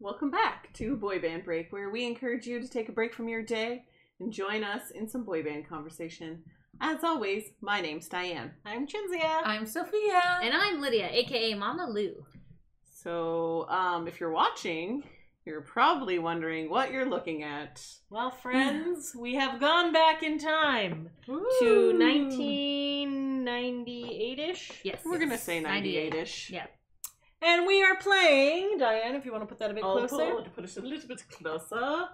Welcome back to Boy Band Break, where we encourage you to take a break from your day and join us in some boy band conversation. As always, my name's Diane. I'm Chinzia. I'm Sophia. And I'm Lydia, aka Mama Lou. So, um, if you're watching, you're probably wondering what you're looking at. well, friends, we have gone back in time Ooh. to 1998-ish. Yes. We're gonna say 98. 98-ish. Yeah. And we are playing, Diane, if you want to put that a bit I'll closer, put, put us a little bit closer.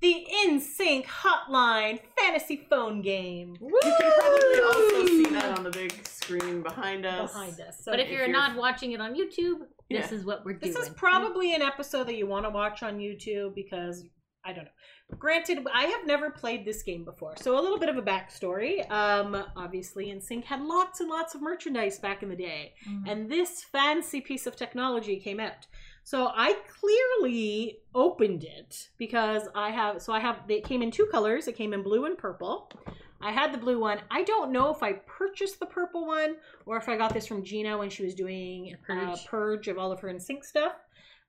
the InSync Hotline Fantasy Phone Game You can probably also see that on the big screen behind us. behind us. So But if if you're, you're- not watching it on YouTube, this Yeah. is what we're doing. This is probably an episode that you want to watch on YouTube because I don't know. Granted, I have never played this game before, so a little bit of a backstory. Um, obviously, NSYNC had lots and lots of merchandise back in the day, Mm. Mm-hmm. and this fancy piece of technology came out. So I clearly opened it because I have. So I have. It came in two colors. It came in blue and purple. I had the blue one. I don't know if I purchased the purple one or if I got this from Gina when she was doing A a purge, purge. of all of her NSYNC stuff.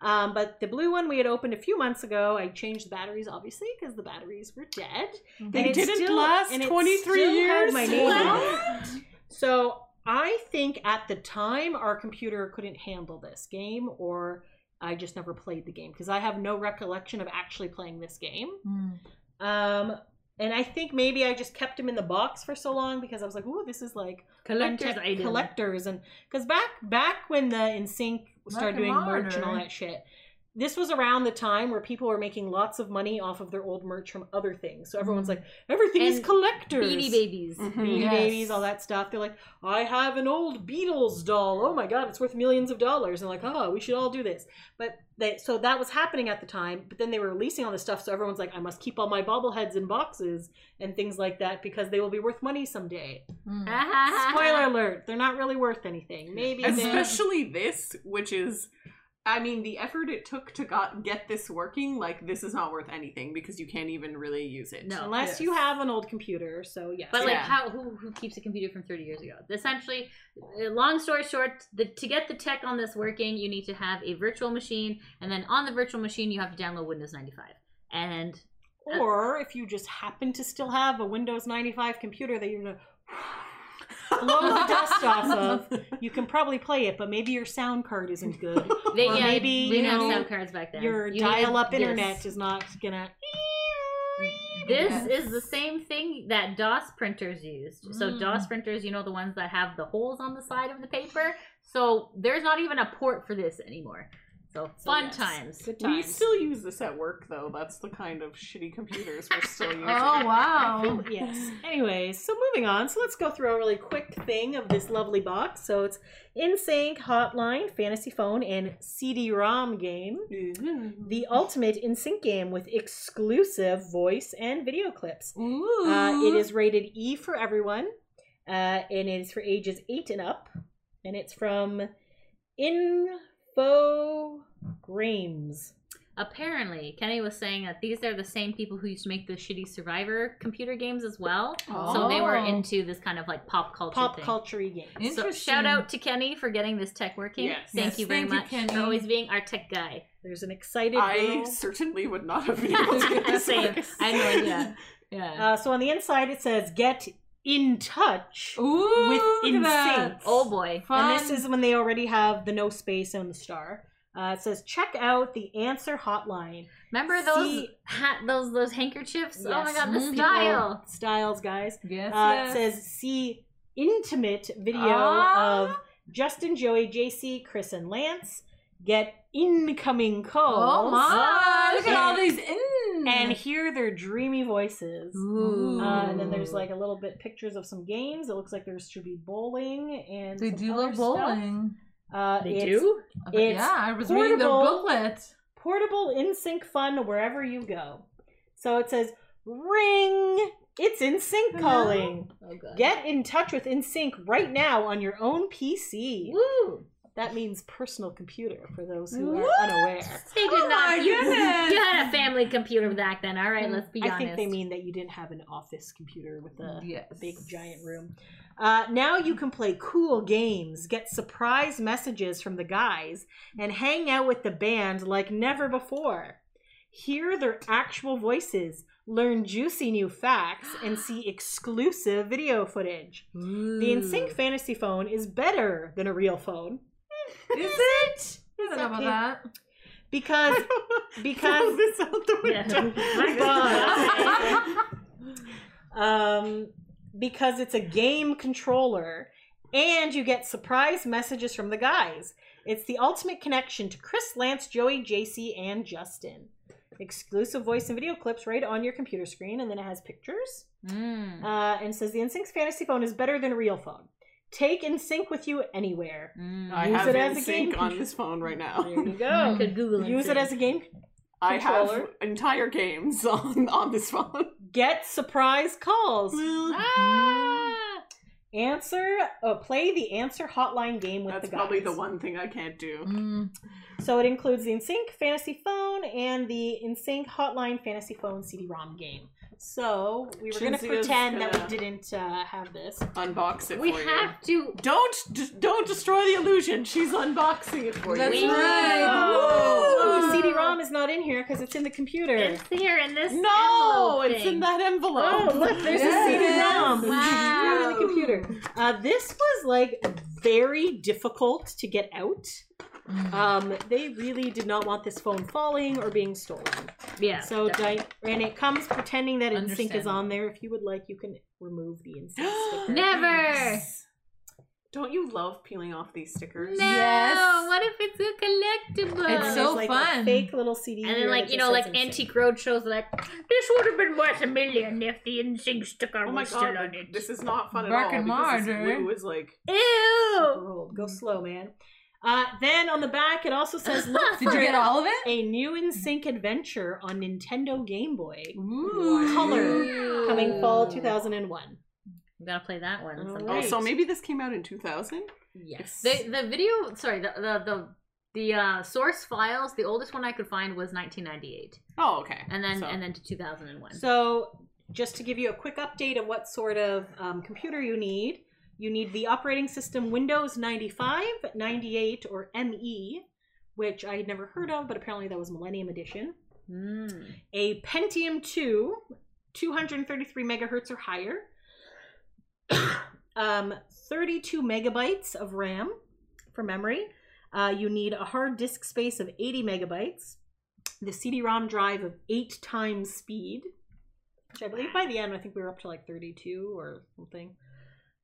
Um, but the blue one we had opened a few months ago. I changed the batteries, obviously, because the batteries were dead. Mm-hmm. They And it didn't still- last and it 23 still had years. my name on it. So I think at the time our computer couldn't handle this game, or I just never played the game because I have no recollection of actually playing this game. Mm. Um, and I think maybe I just kept him in the box for so long because I was like, "Ooh, this is like collector's untapped item. collectors," and because back back when the InSync and started doing merch and all modern. that shit. This was around the time where people were making lots of money off of their old merch from other things. So everyone's like, everything is Mm-hmm. And collectors. Beanie Babies. Mm. Mhm. Mm-hmm. Beanie Yes. Babies, all that stuff. They're like, I have an old Beatles doll. Oh my god, it's worth millions of dollars. And like, oh, we should all do this. But they, so that was happening at the time. But then they were releasing all this stuff, so everyone's like, I must keep all my bobbleheads in boxes and things like that because they will be worth money someday. Mm. Spoiler alert: they're not really worth anything. Maybe they Especially this, which is, I mean, the effort it took to got, get this working, like, this is not worth anything because you can't even really use it. No. unless you Yes. have an old computer. So yes, But like, Yeah. how who, who keeps a computer from 30 years ago? Essentially, uh, long story short, the, to get the tech on this working, you need to have a virtual machine, and then on the virtual machine, you have to download Windows 95. And or if you just happen to still have a Windows 95 computer that you're gonna blow the dust off of, you can probably play it, but maybe your sound card isn't good. they, Or yeah, maybe, we you didn't have know, sound cards back then. Your You need dial up this. internet is not gonna. This is the same thing that DOS printers used. So Mm. DOS printers, you know, the ones that have the holes on the side of the paper. So there's not even a port for this anymore. So So fun yes, times. Good We times. still use this at work, though. That's the kind of shitty computers we're still using. Oh wow. yes. Anyways, so moving on. So let's go through a really quick thing of this lovely box. So it's InSync Hotline, Fantasy Phone, and CD-ROM game. The ultimate InSync game with exclusive voice and video clips. Ooh. Uh, it is rated E for everyone, uh, and it is for ages eight and up, and it's from Infogrames. Apparently, Kenny was saying that these are the same people who used to make the shitty Survivor computer games as well. So they were Oh. into this kind of like pop culture Pop thing. culture game. So shout out to Kenny for getting this tech working. Yes. Thank Yes, you very thank you, much Kenny. for always being our tech guy. There's an excited Oh, I girl. certainly would not have been able to get this Same. fixed. I had no idea. Yeah. Uh, so on the inside it says "Get in touch," Ooh, with look at that. InSync. oh boy. and this is when they already have the no space and the star. Uh, it says check out the answer hotline. Remember those See- ha- those those handkerchiefs? Oh my Yes. god, the Mm. style. People- styles, Mm-hmm. guys. Yes, uh, yes. it says see intimate video Ah. of Justin, Joey, JC, Chris, and Lance get incoming calls Oh my! Look at all these in. and hear their dreamy voices. Ooh. Uh, and then there's like a little bit pictures of some games. It looks like there's should be bowling and they some do other love stuff. bowling. Uh, it's But It's yeah, I was reading the portable. booklet. portable in sync fun wherever you go. So it says ring. It's in sync Hello. calling. Oh god. Get in touch with InSync right now on your own PC. Woo! That means personal computer for those who What? are unaware. They did Oh not. my you, goodness. you had a family a computer back then. All right, let's be Mm, honest. Um, I think they mean that you didn't have an office computer with a yes. big giant room. Uh, now you can play cool games, get surprise messages from the guys, and hang out with the band like never before. Hear their actual voices, learn juicy new facts, and see exclusive video footage. The InSync Fantasy Phone is better than a real phone Is it? I don't know about Okay. that. because because this out the Yeah. window. My God. um, because it's a game controller and you get surprise messages from the guys. It's the ultimate connection to Chris, Lance, Joey, JC, and Justin. Exclusive voice and video clips right on your computer screen, and then it has pictures. Mm. Uh, and says the InSync's fantasy phone is better than a real phone. Take InSync with you anywhere. Mm. I Use have it as a sync game on this phone right There now. you go. I could Google Use it InSync. as a game I have Controller. entire games on on this phone. get surprise calls. Mm. Ah. Answer, uh, play the answer hotline game with That's the guys. probably the one thing I can't do. Mm. So it includes the InSync Fantasy Phone and the InSync Hotline Fantasy Phone CD-ROM game. So we were going to Chinzia's pretend that gonna- we didn't uh, have this. Unbox Mm. it We for you. have to. Don't d- don't destroy the illusion. She's unboxing it for That's We- you. right. Oh, Woo! the CD-ROM is not in here because it's in the computer. It's here in this. No, envelope it's in thing. that envelope. Oh, look, there's Yes. a CD-ROM. Wow. Right in the computer. Uh, this was like very difficult to get out. mm. Um, they really did not want this phone falling or being stolen. Yeah. So, definitely. di- and it comes pretending that InSync is Understandable. on there. If you would like, you can remove the InSync sticker. Never. Don't you love peeling off these stickers? No. Yes. What if it's a collectible? And It's there's, so like, a fun. fake little CD. And here then, like, that you just know, like says InSync. antique roadshows, like, this would have been worth a million if the instinct sticker Oh my was still god, on it. this is not fun Bark at all. and because this Marder. glue is like Ew! Rolled. Go slow, man. Uh, then on the back, it also says, look Did for you get all of it? a new InSync adventure on Nintendo Game Boy Ooh. Color coming fall 2001. I'm gonna play that one. All sometime. Oh, right. so maybe this came out in 2000? Yes. The the video sorry, the the the, the uh, source files, the oldest one I could find was 1998, Oh, okay. and then So- and then to 2001. So, just to give you a quick update of what sort of um, computer you need, you need the operating system Windows 95, 98, or ME, which I had never heard of, but apparently that was Millennium Edition. Mm. A Pentium 2, 233 megahertz or higher, um, 32 megabytes of RAM for memory. Uh, you need a hard disk space of 80 megabytes, the CD ROM drive of eight times speed, which I believe by the end, I think we were up to like 32 or something.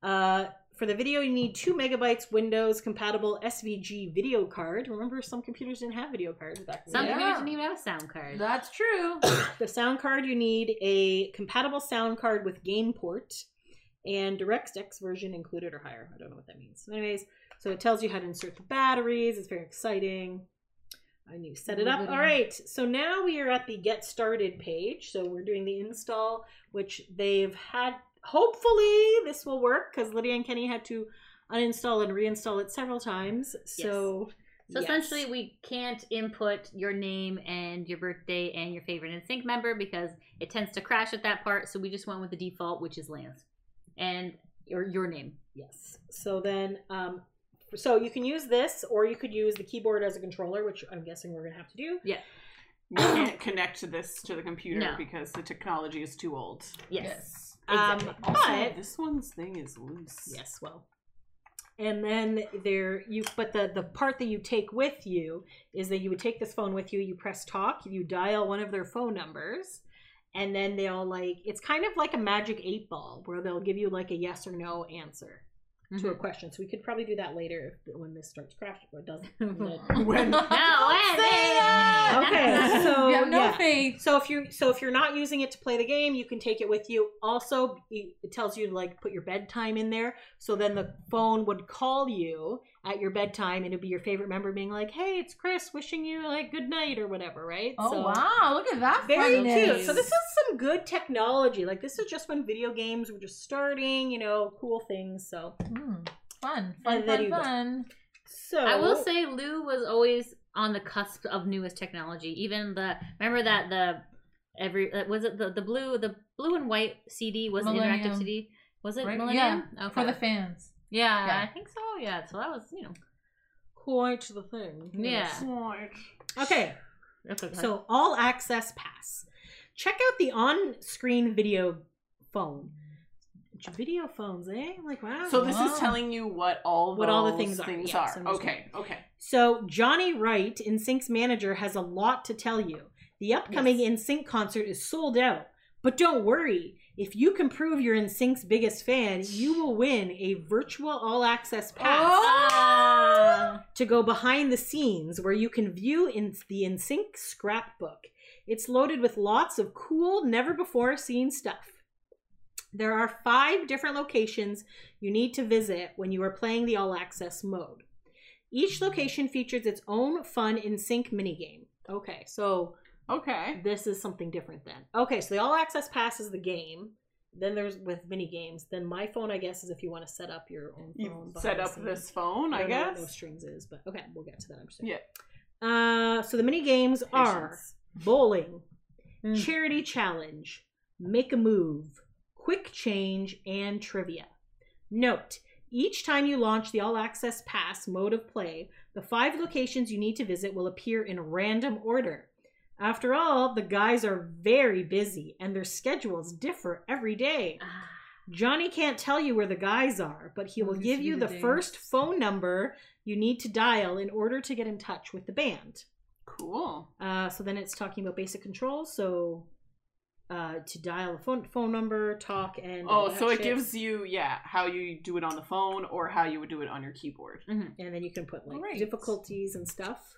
Uh, for the video, you need 2 megabytes Windows compatible SVG video card. Remember, some computers didn't have video cards back then. Some Yeah. computers didn't even have a sound card. That's true. The sound card you need a compatible sound card with game port and DirectX version included or higher. I don't know what that means. Anyways, so it tells you how to insert the batteries. It's very exciting. And you set it up. Riveting. All right. So now we are at the get started page. So we're doing the install, which they've had. Hopefully, this will work because Lydia and Kenny had to uninstall and reinstall it several times. So, So yes. essentially, we can't input your name and your birthday and your favorite NSYNC member because it tends to crash at that part. So we just went with the default, which is Lance, and or your name. Yes. So then, um, so you can use this, or you could use the keyboard as a controller, which I'm guessing we're gonna have to do. You can't connect to this to the computer No. because the technology is too old. Yes. Um, Also, but this one's thing is loose. yes, well, and then there you. But the the part that you take with you is that you would take this phone with you. You press talk. You dial one of their phone numbers. And then they'll like it's kind of like a magic eight ball where they'll give you like a yes or no answer to a Mhm. question. So we could probably do that later if, when this starts crashing or it doesn't. When- No, that! Okay, so you have no yeah. faith. So if you so if you're not using it to play the game, you can take it with you. Also, e, it tells you to like put your bedtime in there. So then the phone would call you at your bedtime, and it'd be your favorite member being like, "Hey, it's Chris, wishing you like good night or whatever." Right? Oh So- wow! Look at that. Very funness. cute. So this is some good technology. Like this is just when video games were just starting. You know, cool things. So Hmm. Mm, fun, fun, And there fun, you go. fun. so I will say Lou was always on the cusp of newest technology. Even the remember that the every uh, was it the, the blue the blue and white CD was an interactive CD. Millennium. Was it Right? Millennium? Okay. for the fans. yeah, Yeah. I think so. Yeah, so that was you know. Quite the thing. Yeah. Okay. That's Uh-huh. okay. So all access pass. Check out the on-screen video phone. Video phones, eh? Like wow. So this is Wow. telling you what all What all the those things are. Yeah, so I'm just okay, okay. So Johnny Wright, InSync's manager, has a lot to tell you. The upcoming InSync concert is sold out, but don't worry. If you can prove you're InSync's biggest fan, you will win a virtual all-access pass Oh! Oh! Ah. to go behind the scenes, where you can view in the InSync scrapbook. It's loaded with lots of cool, never-before-seen stuff. There are five different locations you need to visit when you are playing the all access mode. Each location features its own fun in sync minigame. Okay, so Okay. this is something different then. Okay, so the all access pass is the game. Then there's with mini games. Then my phone, I guess, is if you want to set up your own phone. You behind set the up scenes. this phone, I don't know what No guess. strings is, but okay, we'll get to that. I'm sure. Yeah. Uh, so the mini games are Patience. bowling, Mm. charity challenge, make a move, quick change, and trivia. Note: Each time you launch the All Access Pass mode of play, the five locations you need to visit will appear in random order. After all, the guys are very busy and their schedules differ every day. Johnny can't tell you where the guys are, but Ah. he Oh, will this give will you be the, the day. first phone number you need to dial in order to get in touch with the band. Cool. Uh, so then it's talking about basic controls. So uh, to dial a phone phone number, talk, and all Oh, that so it shit. gives you yeah how you do it on the phone or how you would do it on your keyboard. and then you can put like Alright. difficulties and stuff.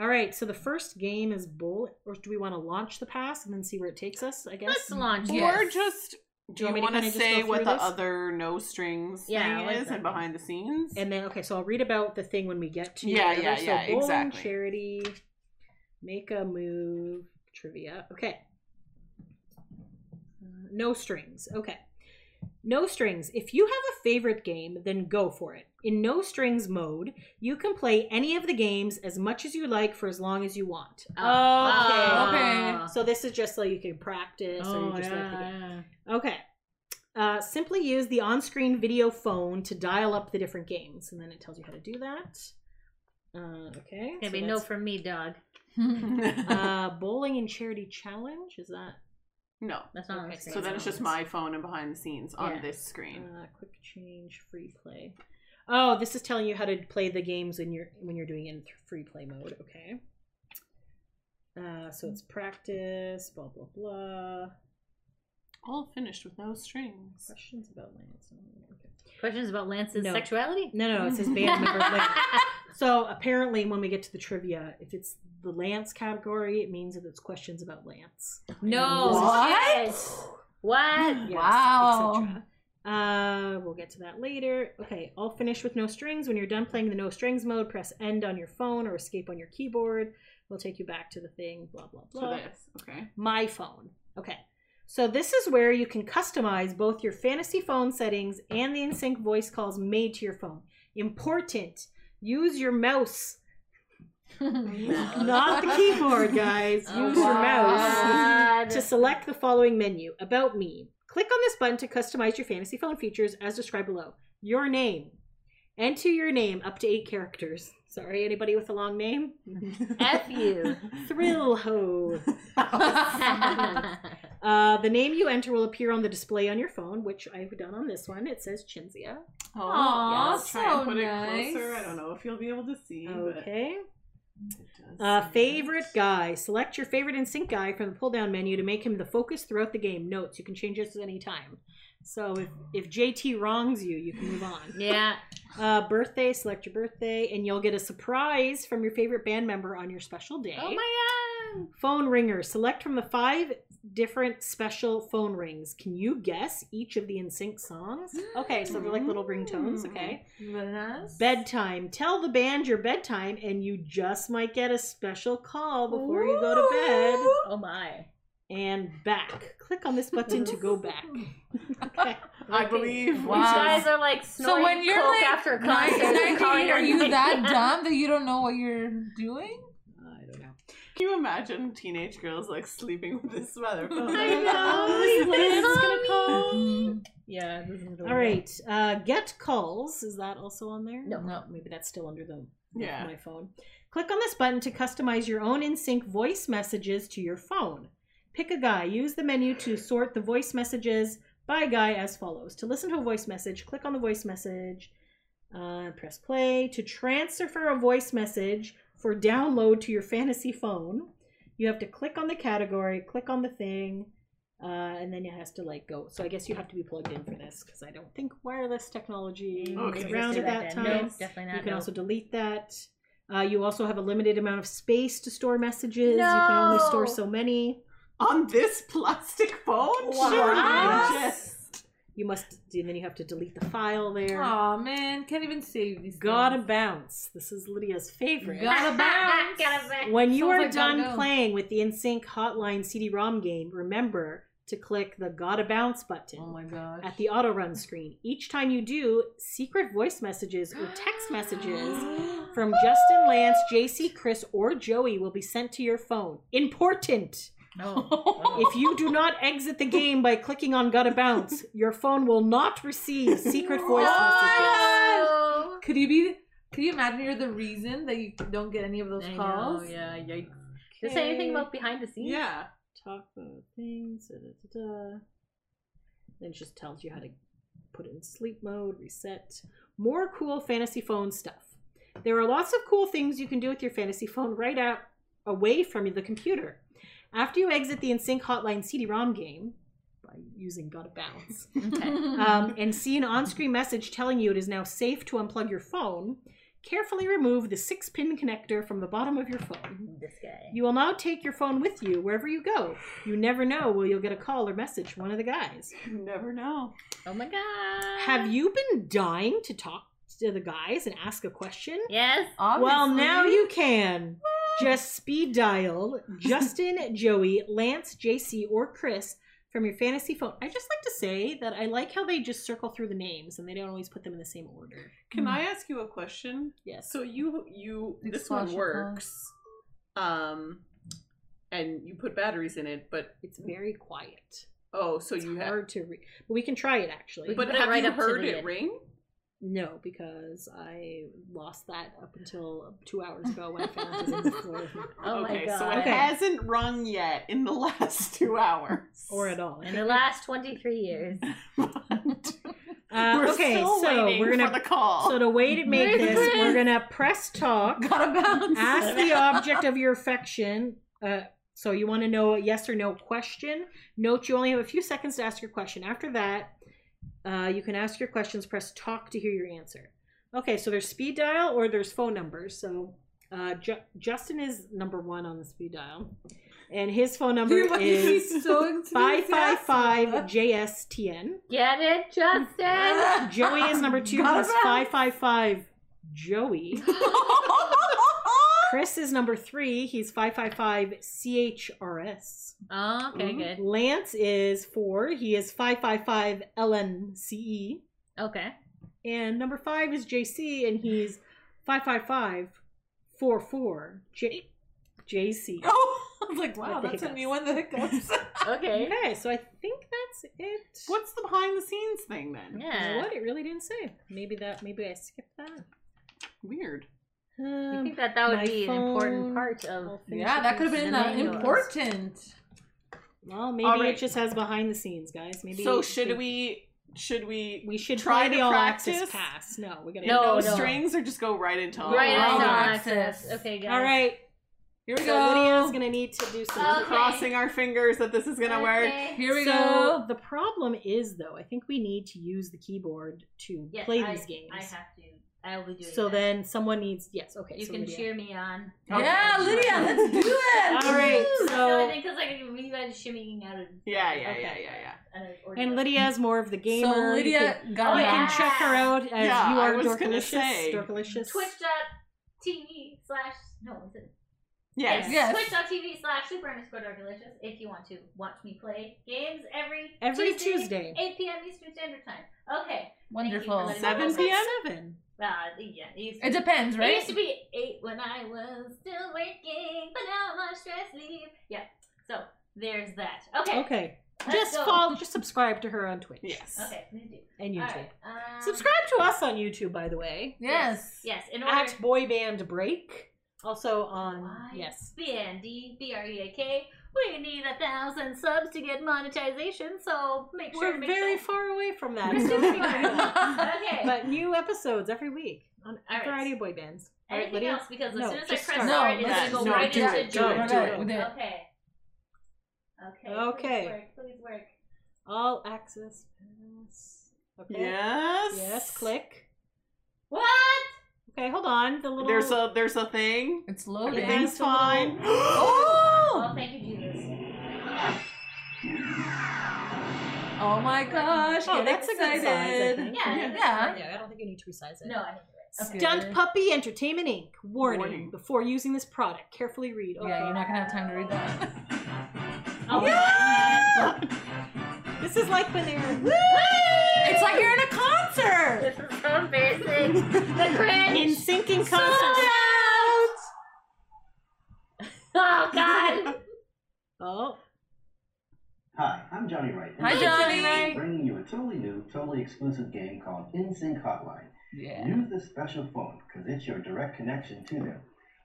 All right, so the first game is bull, or do we want to launch the pass and then see where it takes us? I guess. Let's launch. Yeah. Or Yes. just do you, you want me to want to kinda just say go what through the this? other no strings Yeah, I thing like is that. and behind the scenes? And then okay, so I'll read about the thing when we get to Yeah, whatever. yeah, so yeah, bowling, exactly. charity, make a move, trivia. Okay. Uh, No strings. Okay. No strings. If you have a favorite game, then go for it. In no strings mode, you can play any of the games as much as you like for as long as you want. Oh. Okay. Oh, Okay. So this is just so you can practice or you just like the game. Okay. Uh, simply use the on screen video phone to dial up the different games. And then it tells you how to do that. Uh, okay. It's gonna so be no that's- from me, dog. uh, bowling and charity challenge. Is that no. That's not. Okay, on the So then it's just screen. my phone and behind the scenes on Yeah. this screen. uh, quick change, free play? Oh, this is telling you how to play the games when you're when you're doing it in th- free play mode. Okay. Uh, so it's practice, blah blah blah. All finished with no strings. Questions about Lance? Okay. Questions about Lance's No. sexuality? No, no, it says band member Lance. So apparently, when we get to the trivia, if it's the Lance category, it means that it's questions about Lance. no. What? shit. What? Yes, Wow. etc.. Uh, we'll get to that later. Okay, all finished with no strings. When you're done playing the no strings mode, press end on your phone or escape on your keyboard. We'll take you back to the thing. Blah blah So blah. this. Okay. My phone. Okay. So this is where you can customize both your fantasy phone settings and the InSync voice calls made to your phone. Important. Use your mouse, not the keyboard, guys. Oh, Use your mouse. God. to select the following menu about me click on this button to customize your fantasy phone features as described below your name enter your name up to eight characters sorry anybody with a long name F you. thrill ho Oh, uh, the name you enter will appear on the display on your phone which i've done on this one it says chinzia Oh, Aw, yeah, I'll try and so put nice. it closer. I don't know if you'll be able to see. okay But it does uh, say favorite that. guy select your favorite in sync guy from the pull down menu to make him the focus throughout the game notes you can change this at any time so if, if jt wrongs you you can move on yeah. Uh, birthday, select your birthday, and you'll get a surprise from your favorite band member on your special day. Oh my god. phone ringer, select from the five different special phone rings. Can you guess each of the NSYNC songs? Okay, so they're like little ringtones, Hmm. okay? Bedtime, tell the band your bedtime, and you just might get a special call before you go to bed. Oh my. And back. Click on this button to go back. Okay. I believe. Wow. we These should- guys are like So snorting when you're coke like after a nine- concert. and 98, calling are her you name. that dumb that you don't know what you're doing? Can you imagine teenage girls like sleeping with this Oh, motherfucker? I know. This is what it's gonna call. Yeah. This is All right. Uh, get calls. Is that also on there? No. No. Maybe that's still under the Yeah. my phone. Click on this button to customize your own InSync voice messages to your phone. Pick a guy. Use the menu to sort the voice messages by guy as follows. To listen to a voice message, click on the voice message, uh, press play. To transfer a voice message for download to your fantasy phone, you have to click on the category, click on the thing, uh, and then it has to like go. So I guess you have to be plugged in for this because I don't think wireless technology Oh, was okay. around at that No, time. Nope. definitely not. You can no. also delete that. Uh, you also have a limited amount of space to store messages. You can only store No. so many. On this plastic phone? Wow. Sure. I just- You must, and then you have to delete the file there. Aw, man, can't even save these. Gotta things. bounce. This is Lydia's favorite. Got- Gotta bounce. Gotta bounce. when you Sounds are like gotta done go. playing with the InSync Hotline CD-ROM game, remember to click the Gotta Bounce button Oh my gosh. at the auto run screen. Each time you do, secret voice messages or text messages from Justin, Lance, JC, Chris, or Joey will be sent to your phone. Important! Oh No. If you do not exit the game by clicking on Gotta Bounce, your phone will not receive secret voice messages. Oh, Could you be? Could you imagine you're the reason that you don't get any of those I calls? know, yeah, yikes. Does it say anything about behind the scenes? yeah. Talk about things, da, da, da, da. Then it just tells you how to put it in sleep mode, reset. More cool fantasy phone stuff. There are lots of cool things you can do with your fantasy phone right out away from the computer. After you exit the InSync Hotline CD-ROM game by using Gotta Bounce. Okay. um, and see an on screen message telling you it is now safe to unplug your phone, carefully remove the six pin connector from the bottom of your phone. This guy. You will now take your phone with you wherever you go. You never know will you'll get a call or message from one of the guys. You never know. Oh my god. Have you been dying to talk to the guys and ask a question? Yes. Obviously. Well, now you can. Just speed dial Justin, Joey, Lance, JC, or Chris from your fantasy phone. I just like to say that I like how they just circle through the names and they don't always put them in the same order. Can Mm. I ask you a question? Yes. So you you this Explosion one works. Um and you put batteries in it, but it's very quiet. oh, so It's you have hard to read. But we can try it actually. We But put it have right you up to the heard it lid. ring? no, because I lost that up until two hours ago when I found it in the floor of my Oh okay, my god. so it Okay. hasn't rung yet in the last two hours. or at all. In the last 23 years. Uh, we're okay, still so waiting we're gonna for the call. so to wait to make Where's this, Chris? we're gonna press talk. gotta bounce. ask the object of your affection. Uh, so you want to know a yes or no question. Note you only have a few seconds to ask your question. After that, uh, you can ask your questions. Press talk to hear your answer. Okay, so there's speed dial or there's phone numbers. So uh, Ju- Justin is number one on the speed dial, and his phone number Dude, why is he is so five enthusiastic? five five JSTN. Get it, Justin? Joey is number two. Gotta He's five five five Joey. Chris is number three. He's 555 CHRS. Oh, okay, Mhm. good. Lance is four. He is 555 LNCE. Okay. E. And number five is JC, and he's 555 44 J- JC. Oh, I was like, wow, the that took hiccups. me one the hiccups. Okay. Okay, so I think that's it. What's the behind the scenes thing then? Yeah. What? It really didn't say. Maybe that. Maybe I skipped that. Weird. I Um, think that that would My be an important phone. part I'll of. finish yeah, up that could have this. been The uh, manuals. important. Well, maybe All right. it just has behind the scenes, guys. Maybe. so should they- we should we We should try try the to all access practice? pass. No, we gotta. No, no, no. strings or just go right into all Right Oh, on wow. access. Access. Okay, guys. All right. Here we So go. Lydia's gonna need to do some. Okay. crossing our fingers that this is gonna work. Okay. Here we so go. the problem is though, I think we need to use the keyboard to Yes, play I- these games. I have to. I will be doing so that. then someone needs yes. Okay. You so can Lydia. cheer me on. Yeah, Lydia, let's do it. Oh, All right. So, So because like we went shimmying out of. Yeah, yeah, Okay. yeah, yeah, yeah. out of order. and Lydia's more of the gamer. So You Lydia can- got you Oh, it. yeah. can check her out as Yeah, you I are was gonna dorkalicious. say. Dorkalicious. Twitch.tv slash no, is it Yes. Yes. Twitch.tv slash super underscore delicious if you want to watch me play games every Every Tuesday. 8 p.m. Eastern Standard Time. Okay. Wonderful. Thank you for letting me Seven p.m. know. Seven. Uh, yeah, it used to It be- depends, It right? used to be eight when I was still working, but now I'm on stress leave. Yeah. So there's that. Okay. Okay. let's Just go. follow. Just subscribe to her on Twitch. Yes. Okay. please do. And All YouTube. right. Um, Subscribe to us on YouTube, by the way. Yes. Yes. In order. At Boy Band Break. Also on Y- yes. B N D B R E A K. We need a thousand subs to get monetization, so make sure We're to make very that. far away from that. We're so super we far. can do it. okay. but new episodes every week on a All right. variety of boy bands. All right, Anything Lydia? else? Because as No, soon as I press just start, start. No, it's let's- going to no, go right do into it, do it, Joan. do it, do it. Okay. Okay. Okay. Please work. Please work. All access pass. Okay. Yes. Yes. Click. What? Okay. Hold on. The little. There's a there's a thing. It's The loading. Yeah. thing's so- fine. Oh, Oh! thank you, Jesus. Oh my gosh. Oh, get that's a good excited. size. I think. Yeah. Yeah. yeah. I don't think you need to resize it. No, I think you're right. Okay. Stunt Puppy Entertainment Inc. Warning. Warning. Before using this product, carefully read. Okay. Yeah, you're not gonna have time to read that. Oh, Yeah! This is like when they're It's like you're in a concert. This is so basic. The cringe. in sinking Sold concert. out. Oh God. Oh. Hi, I'm Johnny Wright. and Hi, I'm Johnny. Bringing you a totally new, totally exclusive game called InSync Hotline. Yeah. Use this special phone because it's your direct connection to them.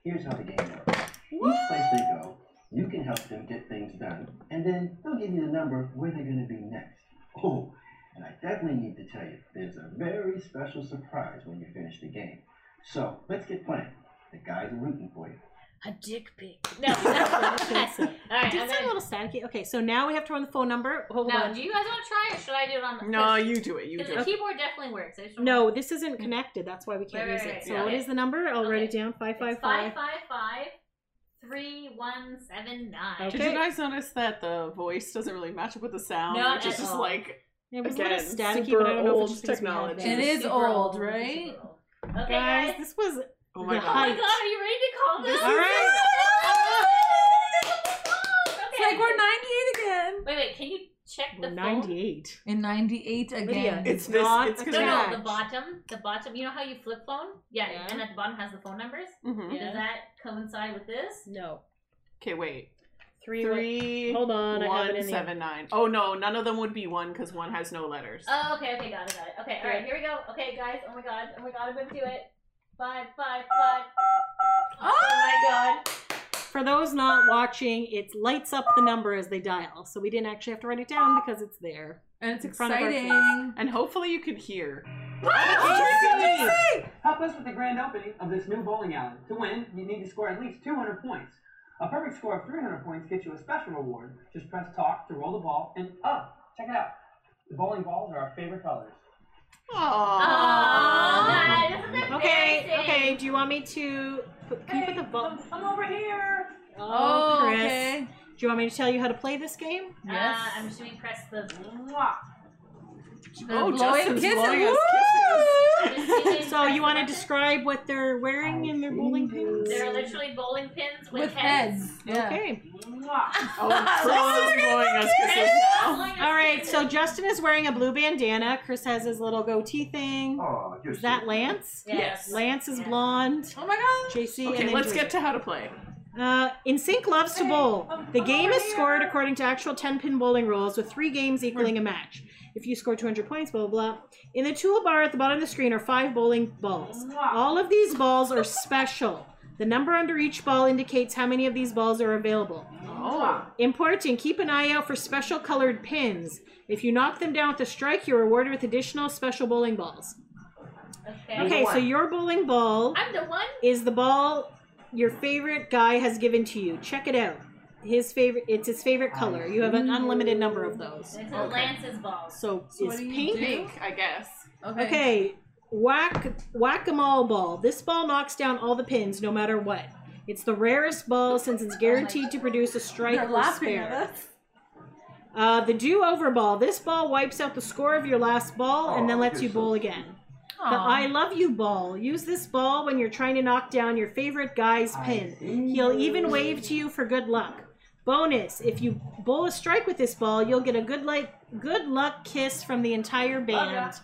Here's how the game works. Each place they go, you can help them get things done, and then they'll give you the number where they're going to be next. Oh, and I definitely need to tell you, there's a very special surprise when you finish the game. So let's get playing. The guys are rooting for you. A dick pic. No. that's not- All right. Did I'm it sound a gonna- little staticky? Okay, so now we have to run the phone number. Hold No. on. Do you guys want to try, or should I do it on the? No, you do it. You Because do the it. keyboard definitely works. I just don't- No, this isn't connected. That's why we can't Right, use right, it. right, So yeah. what is the number? I'll write it down. Five It's five five. five five five three one seven nine. Did Okay. you guys notice that the voice doesn't really match up with the sound? Not It's just at is all. like It was a Again, little staticky, super but I don't know old if it's because we had technology. that. It is Super old, Super right? old. Okay, guys. Guys, this was oh my The Oh my god. height. god, are you ready to call this? All right. Okay. It's like we're 98 again. Wait, wait. Can you check the We're phone? 98. In 98 Lydia, again. it's, It's this- not it's No, gonna- no, attached. the bottom, the bottom. You know how you flip phone? Yeah, Yeah. and at the bottom has the phone numbers. Mhm. Does that coincide with this? No. Okay, wait. Three. Three, Hold on, I have it one, in the- seven, nine. Oh no, none of them would be one because one has no letters. Oh, okay, okay, got it, got it. Okay, all right, here we go. Okay, guys. Oh my god, oh my god, I'm gonna do it. Five, five, five. Oh my god. For those not watching, it lights up the number as they dial. So we didn't actually have to write it down because it's there. and it's in front of our exciting. And hopefully you could hear. Help us with the grand opening of this new bowling alley. To win, you need to score at least 200 points. A perfect score of 300 points gets you a special reward. Just press talk to roll the ball and up. Check it out. The bowling balls are our favorite colors. Oh, god, this is Uh, Okay, embarrassing. okay. Do you want me to put, can you put the ball? I'm over here. Oh, Chris. okay. Do you want me to tell you how to play this game? Uh, Yes. I'm just gonna press the. The oh, blowing Justin's kisses. blowing us Woo! So you want to describe what they're wearing in their bowling pins? They're literally bowling pins with, With heads. Yeah. Okay. Oh, Chris is blowing us kisses Oh now. All right. So Justin is wearing a blue bandana. Chris has his little goatee thing. Oh, you're Is that Lance? Yes. Lance is Yeah. blonde. Oh my god. JC. Okay, and let's get to how to play. Uh, In Sync loves to bowl. The game is scored according to actual 10 pin bowling rules, with three games equaling a match. If you score 200 points, blah, blah, blah. In the toolbar at the bottom of the screen are five bowling balls. All of these balls are special. The number under each ball indicates how many of these balls are available. Oh. Important, keep an eye out for special colored pins. If you knock them down with a strike, you're rewarded with additional special bowling balls. Okay. Okay, so your bowling ball I'm the one. is the ball your favorite guy has given to you. Check it out. His favorite it's his favorite color. You have an unlimited number of those. It's a Lance's balls. So, what it's do you pink. Pink, I guess. Okay. Okay, whack whack a mole ball. This ball knocks down all the pins no matter what. It's the rarest ball since it's guaranteed to produce a strike They're or laughing spare. at us. Uh, the do over ball. This ball wipes out the score of your last ball and then lets you bowl again. The I love you ball. Use this ball when you're trying to knock down your favorite guy's pin. He'll even wave to you for good luck. Bonus: If you bowl a strike with this ball, you'll get a good luck good luck kiss from the entire band.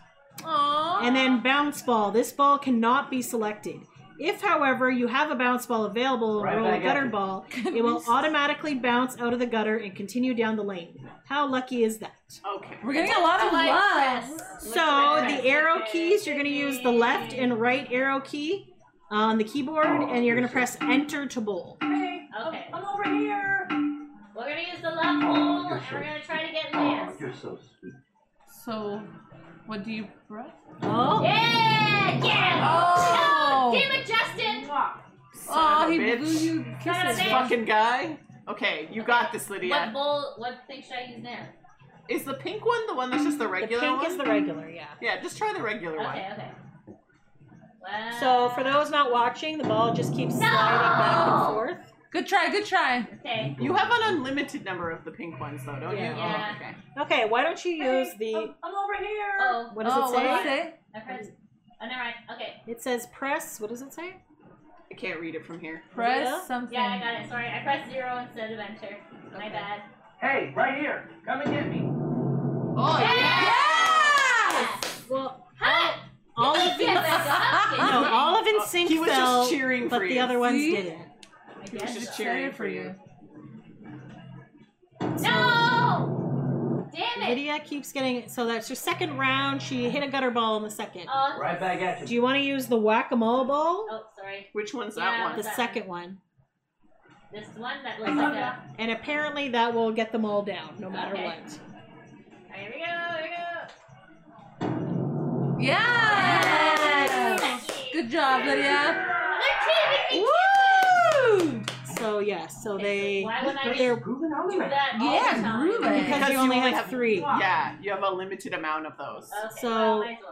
And then bounce ball. This ball cannot be selected. If, however, you have a bounce ball available and Right roll a back at gutter you. ball, it will automatically bounce out of the gutter and continue down the lane. How lucky is that? Okay. We're getting a lot of Like love. press. So the arrow keys, you're going to use the left and right arrow key on the keyboard, and you're going to press Enter to bowl. Hey, Okay. I'm, I'm over here. We're gonna use the love hole, and we're gonna try to get Oh, Lance. you're so sweet. So, what do you press? Oh, Yeah! Yeah! Oh. Damn it, Justin! Mwah. Oh, Son of a he bitch. blew you Son of kisses. a bitch. Fucking guy. Okay, you got this, What Lydia. bowl? What thing should I use now? Is the pink one the one that's just the the regular pink one? is the regular, yeah. yeah, just try the regular one. Okay, okay. Wow. So for those not watching, the ball just keeps sliding back and forth. Good try, good try. Okay. You have an unlimited number of the pink ones, though, don't Yeah. you? Oh, Yeah. okay. Okay, why don't you use Hey, the I'm, I'm over here. Oh, what does oh, it what say? does it say? I pressed. Oh, never mind. Okay. It says press. What does it say? I can't read it from here. Press Yeah. something. Yeah, I got it. Sorry, I pressed zero instead of enter. My bad. Hey, right here. Come and get me. Oh, Yeah! Well, Huh? Oh, all You of get them, back up. no, all of in sync Uh, He was fell, just cheering but for the you. other ones See? didn't. I He was guess just so. cheering for you. you. No! Damn it! Lydia keeps getting so that's her second round. She hit a gutter ball in the second. Oh, Right back at Do you. you want to use the whack-a-mole ball? oh, sorry. Which one's Yeah. that one? The that second one. This one that looks like a. And apparently that will get them all down, no matter Okay. what. Alright, here we go, here Yeah. we go. Good job, Lydia. They're teaming me. Woo! So yeah, so Okay, they so why would I they're Grooving on do there. that all the Yeah, time? Ruben. because you only have three. Yeah, you have a limited amount of those. Okay, So- well, might as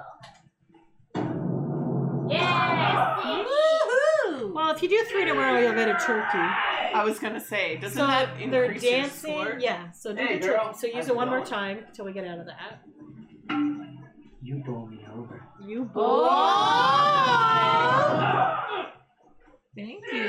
well. Yes! Woohoo! Well, if you do three in a row, you'll get a turkey. I was gonna say, doesn't so that increase they're your dancing. score? Yeah. So do Hey, the girl, turkey. So use I'm it one more going. time until we get out of that. You bowl me over. You bowl. Oh! Thank you.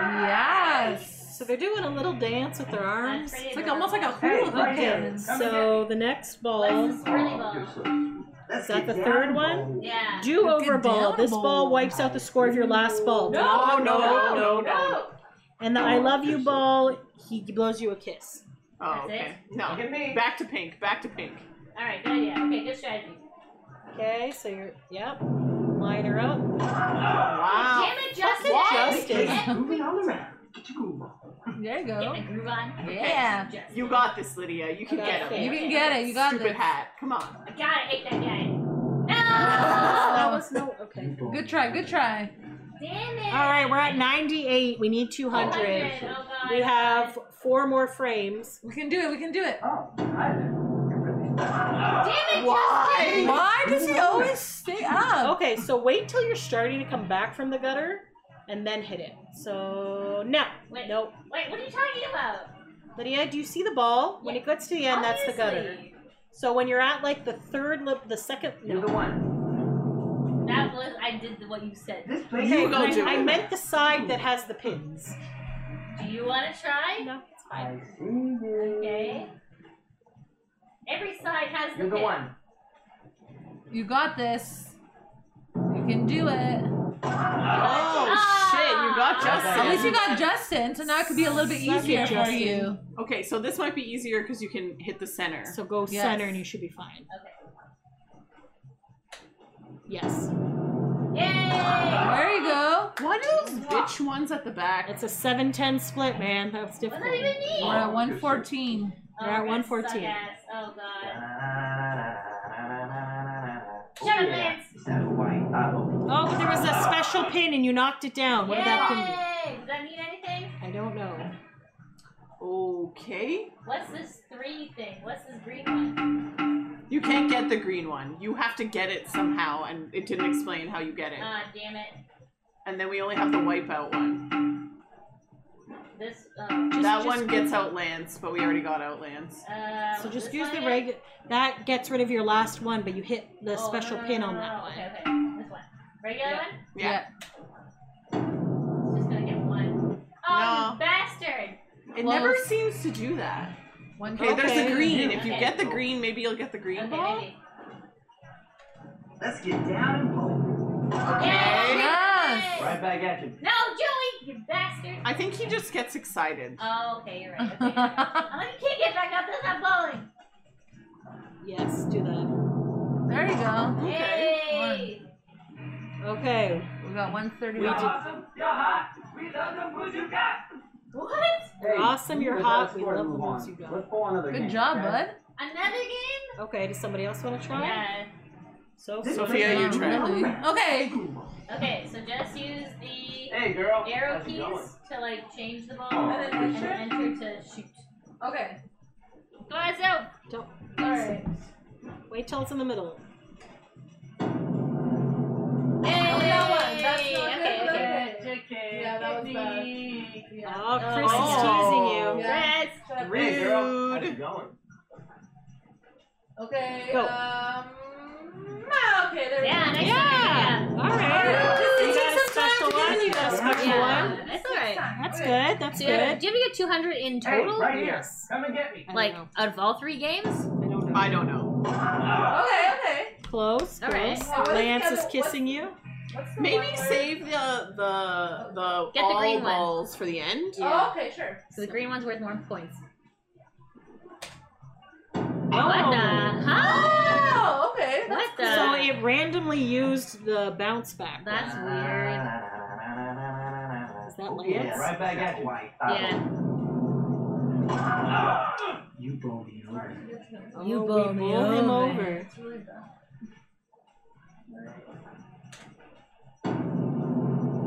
Yes. So they're doing a little dance with their arms. That's pretty It's like almost like a Hey, hula hoop right here. dance. Okay. Come and So the next ball. What's the swirly ball? You're so sweet. Let's that get the down third and one? bowl. Yeah. Do over Get ball. down, This ball ball. wipes out the score of your last ball. Do No, not- no, no, no, no. And the I love you ball, he blows you a kiss. Oh, That's okay. Look No. at me. Back to pink. Back to pink. Alright, good idea. Okay, good strategy. Okay, so you're yep. Line her up. Wow. Damn it, Justin! What? Get Justin. Grooving on around. Get your groove on. There you the go. groove on. Yeah. Justin. You got this, Lydia. You can I get got him. You can get it. You got Stupid this. hat. Come on. I gotta hate that guy. No! That was no You okay. bowl Good me try, over. good try. Damn it! Alright, we're at ninety-eight. We need two hundred. Oh, God. We have four more frames. We can do it, we can do it. Oh, hi there. You're really Damn it, Why? Justin! Why does he always stay up? Okay, so wait till you're starting to come back from the gutter and then hit it. So no. Wait. Nope. Wait, what are you talking about? Lydia, do you see the ball? When it gets to the end, that's the gutter. Obviously. So when you're at like the third lip, the second. You're the No. one. That was I did what you said. This place Okay, You go I, do I it. meant the side that has the pins. Do you want to try? No, it's I fine. see you. Okay. Every side has the You're the pin. one. You got this. You can do it. Ah! Oh shit! You got Justin. At least you Justin. got Justin, so now it could be a little bit Suck it, easier for Justin. you. Okay, so this might be easier because you can hit the center. So go Yes. center and you should be fine. Okay. Yes. Yay! There you go. What are those bitch ones at the back? It's a 7 10 split, man. That's What difficult. does that even mean? We're at 114. We're at Oh, 114. suck ass. Oh god. Oh, up, yeah. Lance. Is that Hawaii? Uh, oh. Oh, but there was a special pin and you knocked it down. Oh, What Yay! did that pin Does that mean anything? be? I don't know. Okay. What's this three thing? What's this green one? You can't get the green one. You have to get it somehow, and it didn't explain Uh, how you get it. Ah, damn it. And then we only have the wipeout one. This. Um, Just- that just- one gets Outlands, but we already got Outlands. uh, So just this use one the again? regular. That gets rid of your last one, but you hit the Oh, special no, no, pin no, on no, that no, one. Okay, okay. This one. Regular Yeah. Yeah. one? It's just gonna get one. Oh, No. you bastard! It Well- never seems to do that. One Okay, there's Okay. the green. If you Okay. get the green, maybe you'll get the green Okay, ball. maybe. Let's get down and bowl. Yes. Yes! Right back at you. No, Joey, you bastard! I think he just gets excited. Oh, okay, you're right. Okay, you're right. Unless you can't get back up, that's not bowling. Yes, do that. There you go. Okay. Yay! Okay. We got one thirty. We did- Awesome. You're hot. We love them moves you got. What? You're awesome, you're hot, we love the ones ones you got. Let's pull another Good job, bud. Another game? Okay. Does somebody else want to try? Yeah. So Sophia, you try. Okay. Okay, so just use the Hey, girl. arrow how's it going? keys to like change the ball Oh, and and then then enter to shoot. Okay. Go on, out. Don't- Alright. Wait till it's in the middle. that one. That's not good. okay, okay. Yeah, that was bad. Yeah. Oh, Chris is Oh. teasing you. Yeah. That's Hey, girl. How's Rude. it going? Okay. Go. Um. ah, Okay. There we Yeah, go. next Yeah. time. All right. Just- You it got takes a some time special to get one. You into got a it. Yeah. special yeah. one. That's alright. That's Okay. good. That's Do you, have, good. do you have to get 200 in Hey, total? right here. Yes. Come and get me. I don't Like, know. out of all three I games? don't know. I don't know. Okay. Okay. Close. All right. Close. Wow, what is Lance the is other- kissing you. What's the one Maybe where- save the the the Get the all green one. balls for the end. Oh, okay. Sure. So the green one's worth more points. What Oh. the? Huh? Oh. Okay. That's What the? So it randomly used the bounce back. That's weird. Is that Lance? Yeah, right back at you. Yeah. You blow me over. Oh, You we bowl me bowl him over. over.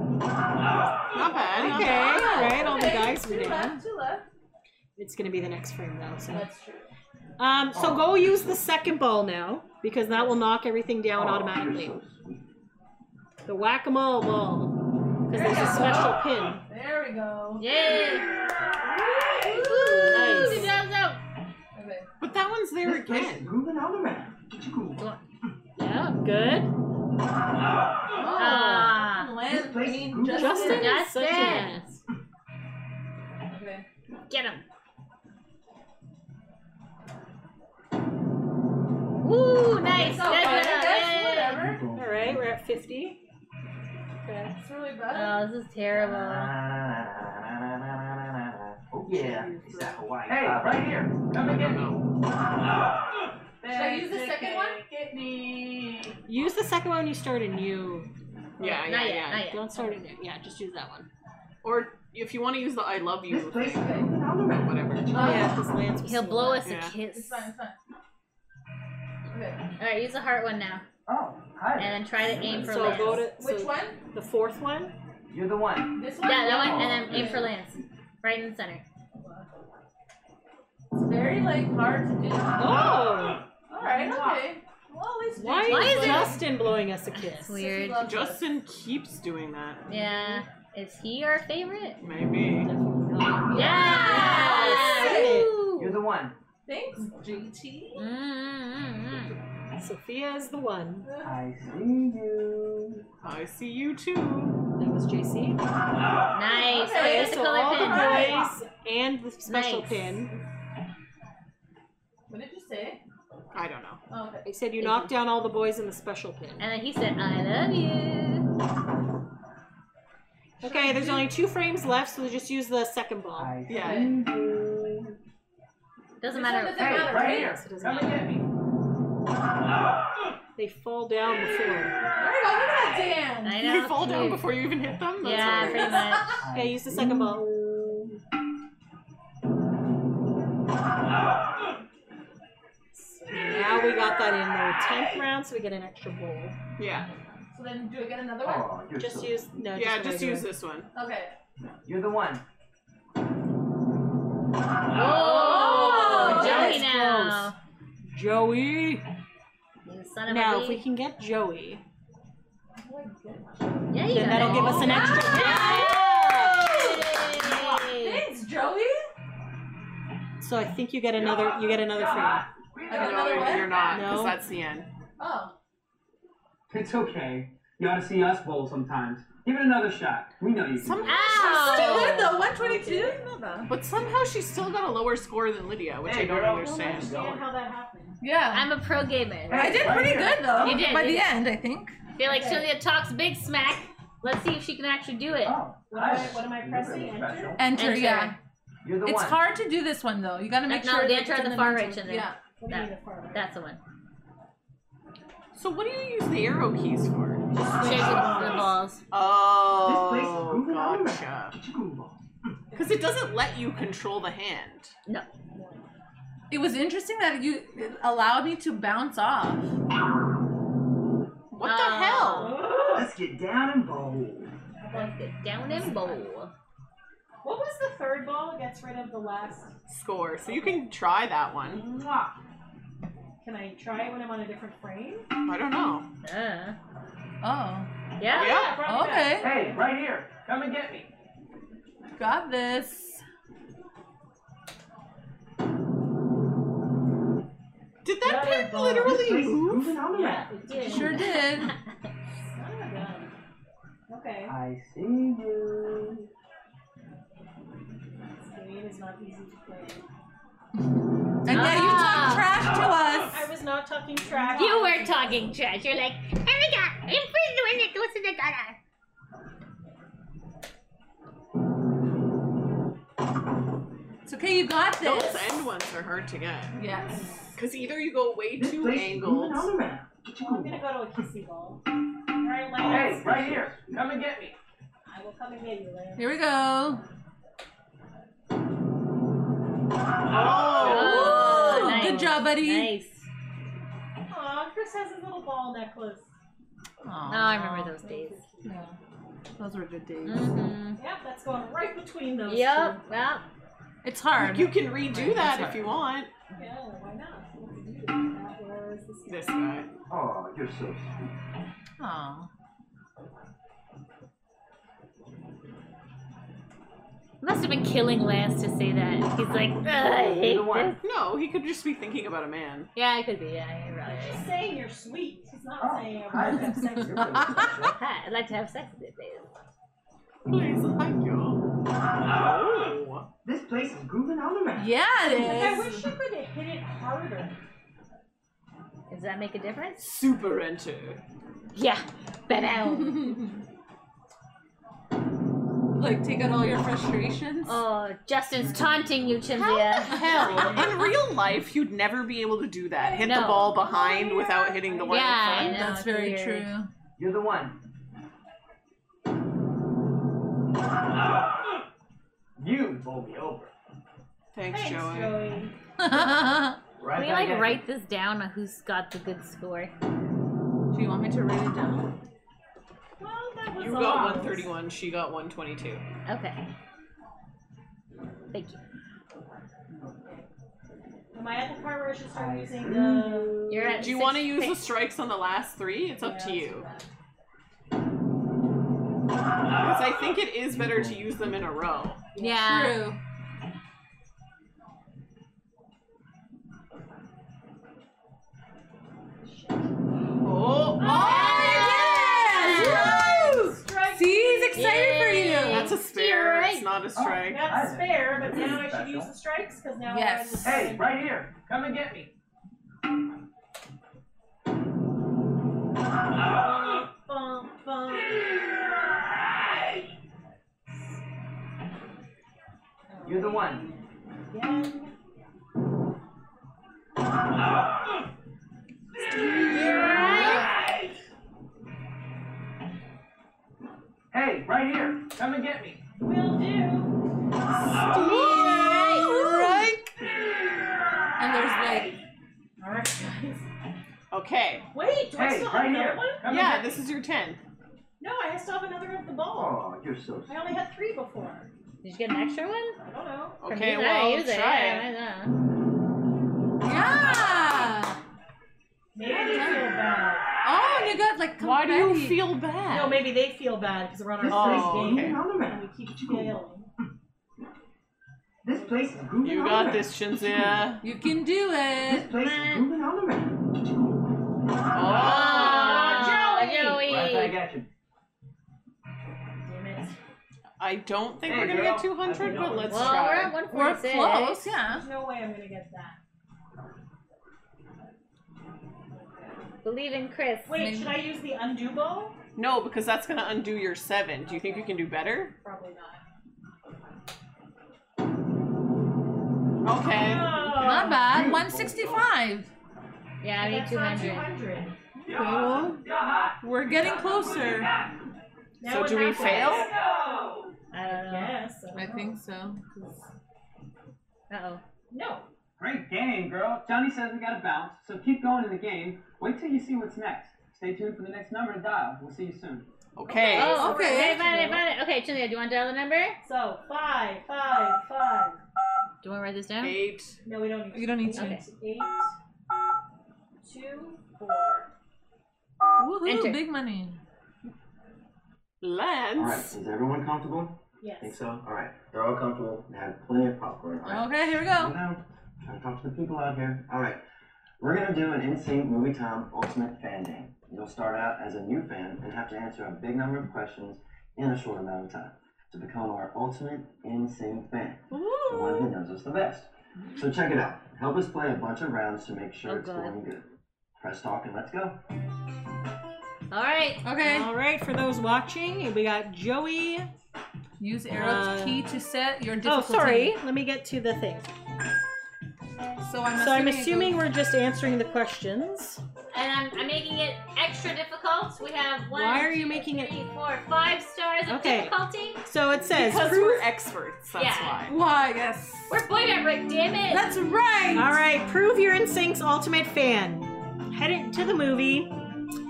Not bad. Not Okay. bad. All right. All the okay, guys were Two down. left. Two left. It's gonna be the next frame though. So, That's true. um, so go use the second ball now because that will knock everything down Oh, automatically. The whack-a-mole ball because there's a special pin. There we go. Yay! Nice. Good job, Zoe. Okay. But that one's there again. Grooving all around. Get your groove. Yeah. Good. Oh. Ah. Lance, This place is Green, good. Justin. Justin? That's Such a it. Okay. Get him. Woo! Nice. It's all Good fine, job. that's Yay. whatever. All right, we're at 50. Okay. It's really bad. Oh, this is terrible. Oh yeah, it's that Hawaii. Uh, Hey, right here. Come and get me. Should I use the second one? Get me. Use the second one you start a new. Yeah, yeah, Not yet, yeah. not yet. Don't start a new. Yeah, just use that one. Or if you want to use the I love This you place is thing, grooving all or around. whatever. Oh, Oh yeah, because Lance was He'll so blow loud. us Yeah. a It's kiss. fine, it's fine. Okay. All right, use the heart one now, Oh, hi. and then try to aim for So Lance. go to so Which one? the fourth one. You're the one. This one? yeah, that one, and then aim for Lance, right in the center. It's very like hard to do. Oh, Alright, okay. Well at least why, Justin- is is it- Justin blowing us a kiss? Weird. Justin loves us. Justin keeps doing that. Yeah, is he our favorite? Maybe. Definitely not. Yeah. Yes. You're the one. Thanks, GT. Mm, mm, mm, Sophia is the one. I see you. I see you too. That was JC. mm. Nice. Okay, oh, you got the so color all pin. the boys and the special Nice. pin. What did you say? I don't know. Oh, okay. I said you knocked down all the boys in the special And pin. then he said, "I love you." Okay, there's only two frames left, so just use the second ball. I Yeah. see you. Doesn't This one matter. doesn't Hey, matter, right right? here. So it doesn't Come and matter. get me. They fall down before. There you go, look at that Dan. I know. You fall down cute. before you even hit them? That's Yeah, hilarious. pretty much. Okay, use the second ball. Now we got that in the tenth round, so we get an extra bowl. Yeah. So then do I get another one? Oh, you're Just so- use no. Yeah, the just regular. use this one. Okay. You're the one. Oh, Oh, Joey that's now. Joey. You son of Now, a if we bee. can get Joey, Yeah, you then got that'll it. Ah! give us an extra. Yeah. Yeah! Yay. So I think you get another you get another frame. No, Another one? you're not, because No. that's the end. Oh. It's okay. You ought to see us bowl sometimes. Give it another shot. We know you can. do Pretty it. Ow! good though, 122? Not bad. But somehow she's still got a lower score than Lydia, which Hey, I don't girl. understand. how that happened. Yeah. I'm a pro gamer. I did pretty good though. You did, By you the did. end, I think. I feel like Sylvia talks big smack. Let's see if she can actually do it. Oh, What am I- nice. what am I You're pressing? really Enter? special. Enter, Enter. yeah. You're the It's one. hard to do this one though. You gotta make No, sure the that enter it's on in the far mental- right, Chandler. Yeah. What do you mean the far right? That's the one. So what do you use the arrow keys for? Shake the the balls. This place Oh, is moving on. gotcha. Get your groove on. Because it doesn't let you control the hand. No. It was interesting that you it allowed me to bounce off. What the Oh. hell? Let's get down and bowl. Let's get down and bowl. What was the third ball? It Gets rid of the last. Score. So you can try that one. Mwah. Can I try it when I'm on a different frame? I don't know. Uh, Oh. yeah. Yeah. Okay. Hey, right here. Come and get me. Got this. Did that Another pin ball. This literally place is move? moving on. Yeah, it did. Sure did. Son of a gun. Okay. I see you. This game is not easy to play. And yeah, you Ah. talk trash to I us. was not talking trash. You were talking trash. You're like, oh my god, I'm pretty the one that goes to the gutter. It's okay, you got Those this. end ones are hard to get. Yes. Because either you go way This too place is moving angled. on around. Get your I'm groove gonna on. go to a kissy ball. Alright, Hey, Lance. right here. Come and get me. I will come and get you, Lance. Here we go. Oh. Oh, Ooh, nice. Good job, buddy. Nice. Aw, Chris has his little ball necklace. Oh, I remember those days. Yeah. Those were good days. Mm-hmm. Yep, that's going right between those Yep. two. Well, It's hard. You can redo Right, that that's if you want. Yeah, why not? Let's do it. That was the This guy. Oh, you're so sweet. Aw. must have been killing Lance to say that. He's like, "Ugh, I hate Either one. this. No, he could just be thinking about a man. Yeah, it could be. Yeah, you're right. He's saying you're sweet. He's not Oh, saying I I want to have sex Oh, you're with you. really special. Hi, I'd like to have sex with it, please. Please, thank you. Oh. This place is grooving on around. Yeah, I it wish is. you could have hit it harder. Does that make a difference? Super enter. Yeah. Ba-bow. like, take out all your frustrations. oh, Justin's taunting you, Chinzia. Hell, in real life, you'd never be able to do that. Hit the No. ball behind without hitting the one Yeah, in I front. know, That's it's very weird. true. You're the one. You bowl me over. Thanks, Thanks, Joey. Joey. Do Can we Right back at like you. write this down on who's got the good score? you want me to write it down? Well, that was You ours. got 131, she got 122. Okay. Thank you. Am I at the part where I should start using the? You're at Do you six- want to use the six- strikes on the last three? It's up Yeah, to let's you. do that. Because I think it is better to use them in a row. Yeah. True. Oh, Strike. See, he's excited for you. that's a spare. It's Strike. not a strike. Got the spare, but now I should use the strikes because now Yes. we're Hey, in the right here. Come and get me. Bum, bum. You're the one. Again. Hey, right here. Come and get me. Will do. And there's like, All right, guys. Okay. Wait, do I Hey, still right have another here. one? Come Yeah, and get this me. is your 10. No, I still have another of the ball. Oh, you're so I only had three before. Did you get an extra one? I don't know. From Okay, you? I well, use it. try Yeah, it. why not? yeah. Maybe they feel bad. Oh, and you got like confetti. Why do you feel bad? No, maybe they feel bad because we're on This Oh, our first place game is okay. moving on and we around. keep failing. This place is grooving You on got already. this, Shinzia. You can do This it. place is grooving on already. Oh, Oh, Right back Joey! at you. Damn it. I don't think Hey, we're gonna girl. get 200, but let's Well, we're try. at 146. We're close, yeah. There's no way I'm gonna get that. Believe in Chris. Wait, should I use the undo bow? No, because that's gonna undo your seven. Do you think you can do better? Probably not. Okay. Not bad. 165. Yeah, I need 200. 200. Well, we're getting closer. So it do we happens. fail? I don't know. Yes. I think so. Uh oh. No. Great game, girl. Johnny says we gotta bounce, so keep going in the game. Wait till you see what's next. Stay tuned for the next number to dial. We'll see you soon. Okay. Oh, okay. okay. I found it, I found it. Okay, Chinlia, do you want to dial the number? So five, five, five. Do you want to write this down? Eight. No, we don't need. You don't need to. Eight, eight, two, four. Woohoo, Enter. big money. All right, Lance. is everyone comfortable? Think Yes. so? All right, they're all comfortable and have plenty of popcorn. All right, Okay, here we calm go. down. Trying to talk to the people out here. All right, we're gonna do an NSYNC Movie Time Ultimate Fan Game. You'll start out as a new fan and have to answer a big number of questions in a short amount of time to become our ultimate NSYNC fan, the one who knows us the best. So check it out. Help us play a bunch of rounds to make sure Oh, it's God. going good. Press talk and let's go. All right. Okay. All right, for those watching, we got Joey. Use arrow Uh, key to set your Oh, difficulty. sorry. Let me get to the thing. So I'm So I'm assuming, it assuming goes- we're just answering the questions. And I'm, I'm making it extra difficult. We have one, Why are you two, making it- three, four, five stars of Okay. difficulty. So it says Because prove- we're experts, that's Yeah. why. Why, yes. We're boy band Rick, damn it. That's right. All right, prove you're NSYNC's ultimate fan. Head it to the movie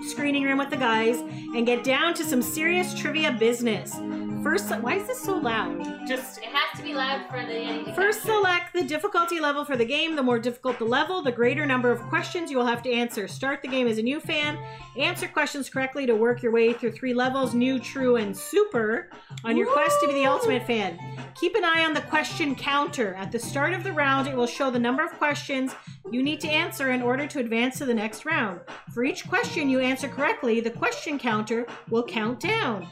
screening room with the guys and get down to some serious trivia business. First, why is this so loud? Just It has to be loud for the First, select the difficulty level for the game. The more difficult the level, the greater number of questions you will have to answer. Start the game as a new fan. Answer questions correctly to work your way through three levels new, true, and super on your quest to be the ultimate fan. Keep an eye on the question counter. At the start of the round, it will show the number of questions you need to answer in order to advance to the next round. For each question you answer correctly, the question counter will count down.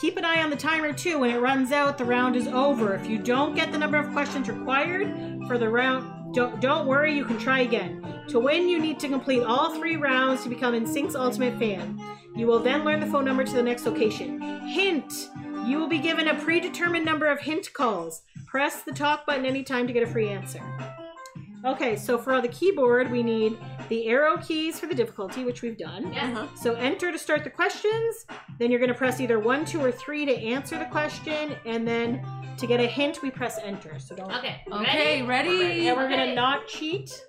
Keep an eye on the timer too. When it runs out, the round is over. If you don't get the number of questions required for the round, don't, don't worry, you can try again. To win, you need to complete all three rounds to become InSync's ultimate fan. You will then learn the phone number to the next location. Hint! You will be given a predetermined number of hint calls. Press the talk button anytime to get a free answer. Okay, so for the keyboard, we need the arrow keys for the difficulty, which we've done. Yeah. Uh-huh. So enter to start the questions. Then you're going to press either one, two, or three to answer the question, and then to get a hint, we press enter. So don't. Okay. Okay, Ready? ready? And we're going Okay. to not cheat.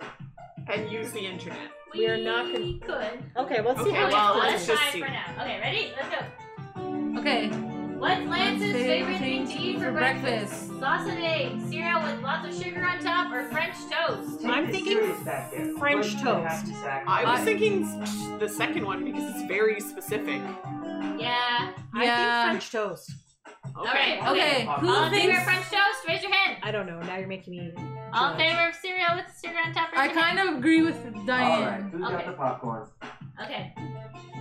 and use the internet. We are not gonna- We could. Okay, let's see Okay, how well, it goes. let's let's just try see. for now. Okay, ready? Let's go. Okay. What's Lance's Lance's favorite thing to eat for breakfast? Sauce and eggs, cereal with lots of sugar on top, or French toast? I'm Take this thinking serious back there. French First, you have toast. to sacrifice. I was I- thinking s- the second one because it's very specific. Yeah. I Yeah. think French toast. Okay. right. Okay. All Who in favor of thinks? French toast? Raise Uh, your hand. I don't know. Now you're making me. All in favor of cereal with sugar on top? Raise I your hand. kind of agree with All right, Diane. who's got Okay. the popcorn? Okay.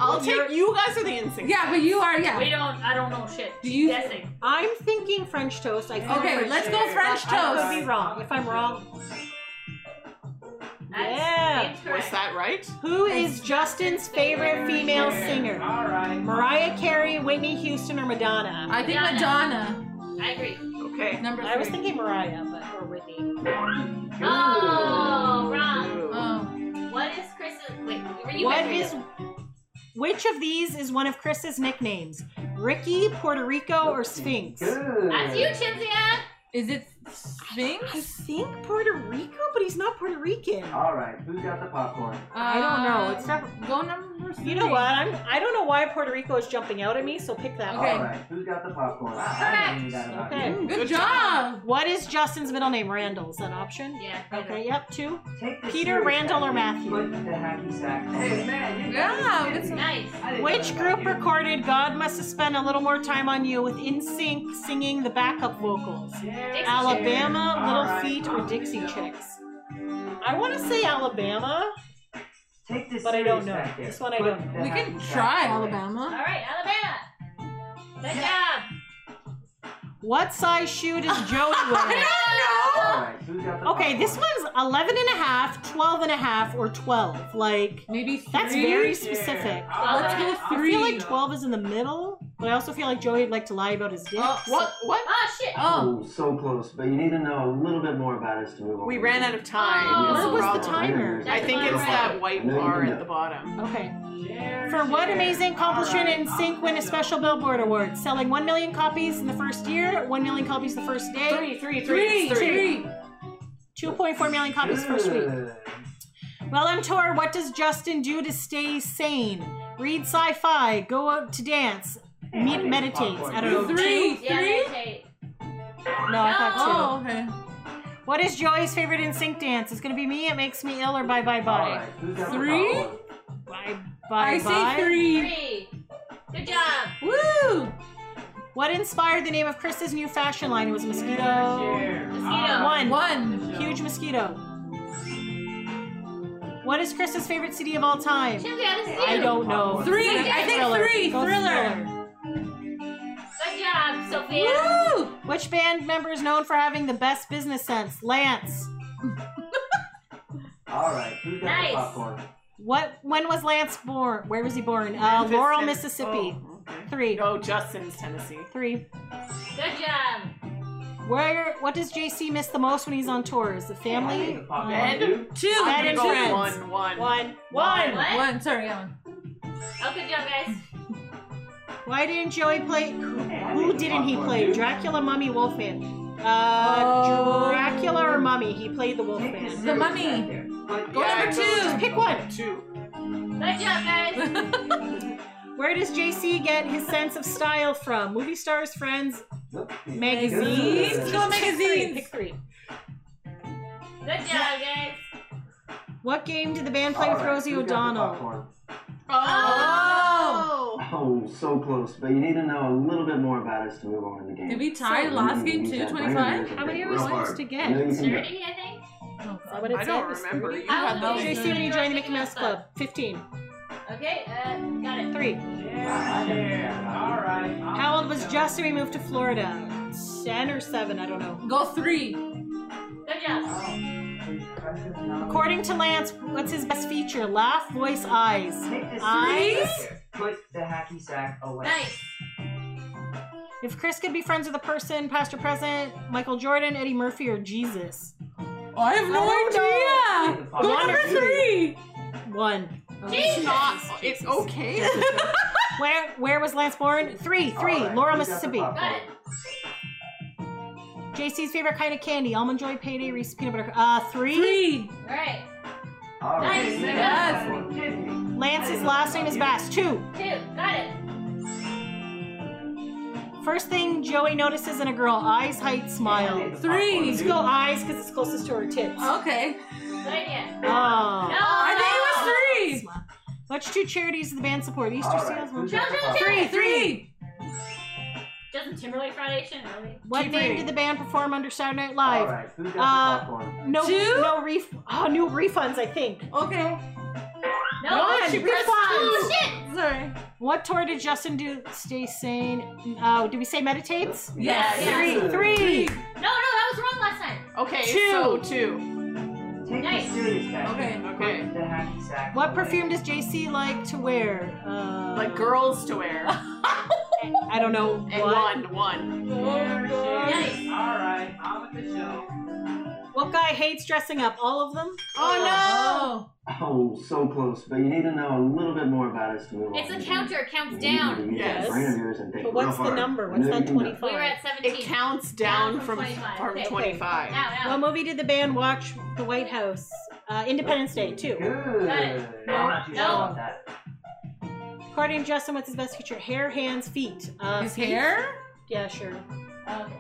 I'll You're- take you guys are the instinct. Yeah, but you are. We Yeah. don't. I don't know shit. Do you- guessing? I'm thinking French toast. I think Okay, French let's go toast, French but I could toast. be wrong. If I'm wrong, That's Yeah. Was incorrect. that right? who is Justin's favorite female singer? All right. Mariah Carey, Whitney Houston, or Madonna? I think Madonna. I agree. Okay. Number three. I was thinking Mariah, but or Whitney. Oh, wrong. Oh. What is Chris's? Wait, were you What guys ready? is? Which of these is one of Chris's nicknames? Ricky, Puerto Rico, or Sphinx? Good. That's you, Chinzia. Is it I Sphinx? think Puerto Rico, but he's not Puerto Rican. All right, who's got the popcorn? I don't know. It's Uh, Go number were You know what? I'm. I don't know why Puerto Rico is jumping out at me. So pick that. Okay. one. All right, who's got the popcorn? I don't need that about Okay. you. Good, job. What is Justin's middle name? Randall. Is that an option? Yeah. Okay. Yep. Two. Take Peter, Randall, or Matthew? Put the hacky sack. Hey, man, you Yeah, guys- good stuff. Nice. I didn't Which know about group you. recorded "God Must Have Spent a Little More Time on You" with InSync singing the backup vocals? Yeah. Alabama, Alright. Little Feet, or Dixie Chicks? I want to say Alabama. Take this But I don't serious know. back there. This one I Put don't know. the We can hacky sack try away. All Alabama. right, Alabama. Good job. What size shoe does Joey wear? I All right, who's got the Okay, this popcorn? one's 11 and a half, 12 and a half, or 12. Like, don't know. Maybe three. that's very specific. Let's go with I feel like Three. 12 is in the middle, but I also feel like Joey would like to lie about his dick. Oh, so- what? What? Oh shit. Oh, Oh, so close, but you need to know a little bit more about us to move on. We ran out of time. Oh, That's where the was the problem. timer? I think it's that white bar at the bottom. Okay. For what amazing accomplishment in Sync win a special Billboard Award? Selling 1 million copies in the first year, 1 million copies the first day, Three, three, three, three, it's three. three. 2.4 million copies first week. Well, I'm Tor. What does Justin do to stay sane? Read sci-fi, go out to dance, meet, meditates. I don't know. Three, Yeah, three. okay. two? No, I thought Oh, okay. two. What is Joey's favorite in sync dance? It's gonna be me. It makes me ill or bye bye All bye right, who's got the Three? popcorn? bye I bye bye. say three. Three. Good job. Woo! What inspired the name of Chris's new fashion line? It was a mosquito. Mosquito. One. One. Huge mosquito. What is Chris's favorite city of all time? Chili out of soup. I don't know. Three. I think three. Go Thriller. Good job, Sophia. Woo! Which band member is known for having the best business sense? Lance. All right, who's got Nice. the popcorn? What? When was Lance born? Where was he born? Uh, Memphis, Laurel, Tenn- Mississippi. Oh, okay. Three. No, Justin's Tennessee. Three. Good job. Where? What does JC miss the most when he's on tour? Is the family? Um, Bed. Two. Bad I'm gonna and go friends. One, one. One. One. One. One. Sorry, yeah, one. Oh, good job, guys. Why didn't Joey play? Who didn't he play? Dracula, Mummy, Wolfman. Uh, Oh. Dracula or Mummy? He played the Wolfman. The mummy. But Go Yeah, number go two. Justin. Pick one. Two. Good job, guys. Where does JC get his sense of style from? Movie stars, friends, magazines. Let's go Pick three, magazines. Pick three. Good job, guys. What game did the band play All with right, Rosie who's got the O'Donnell? popcorn? Oh. Oh, so close, but you need to know a little bit more about us to move on in the game. Did we tie So last you game need too? that brain 25? to How many think are we real supposed hard. to get? You know you can do it. 30, I think. Is Oh. that what it I said? don't It was remember. three? You had Oh, those. Did you see when you joined the Mickey Mouse Club? 15. Okay, uh, got it. Three. All right. How old was Justin when he moved to Florida? 10 or 7, I don't know. Go three. Good job. According to Lance, what's his best feature? Laugh, voice, eyes. Take this Eyes? serious back there. Put the hacky sack away. Nice. If Chris could be friends with a person, past or present, Michael Jordan, Eddie Murphy, or Jesus? I have no Oh, idea. Take the Go popcorn. number three. One. It's not. It's okay. Where where was Lance born? Three, All three. right, Laurel, who's got the Mississippi. popcorn? Got it. JC's favorite kind of candy: almond joy, payday, Reese's peanut butter. Uh, three. Three. All right. All right, Nice. who's got the Yes. popcorn? Lance's last name is Bass. Two. Two. Got it. First thing Joey notices in a girl: eyes, height, smile. Three. Let's go eyes because it's closest to her tits. Okay. Good idea. Oh. No. I think it was Which two charities does the band support? Easter All right, Seals. who's Right. got the Children's popcorn? three. Three. Three. Justin Timberlake Foundation. Really? What Keep name reading. did the band perform under Saturday Night All Live? right, who's Uh, got the popcorn? No, Two? no ref. Oh, new refunds. I think. Okay. No. One. Press- Refunds. Oh, shit. Sorry. What tour did Justin do? Stay sane. Oh, did we say meditates? Yeah, Yes. yeah. Three, three. No, no, that was wrong last time. Okay, Two. so two. Take Nice. this serious back Okay. there. Okay. Put the hacky sack What away. perfume does JC like to wear? Uh, Like girls to wear. I don't know. And what. one, one. Nice. All right. On with the show. What guy hates dressing up? All of them? Oh Oh, so close, but you need to know a little bit more about us to move It's on. a counter. It counts down. Yes. But what's the number? What's that? We were 25. at It 17. counts down Down from from 25. from Okay. 25. Now, What now. movie did the band watch? The White House. Uh, Independence Day, too. Good. Got it. No, No. that. According to Justin, what's his best feature? Hair, hands, feet. Uh, His feet? hair? Yeah, sure. Oh,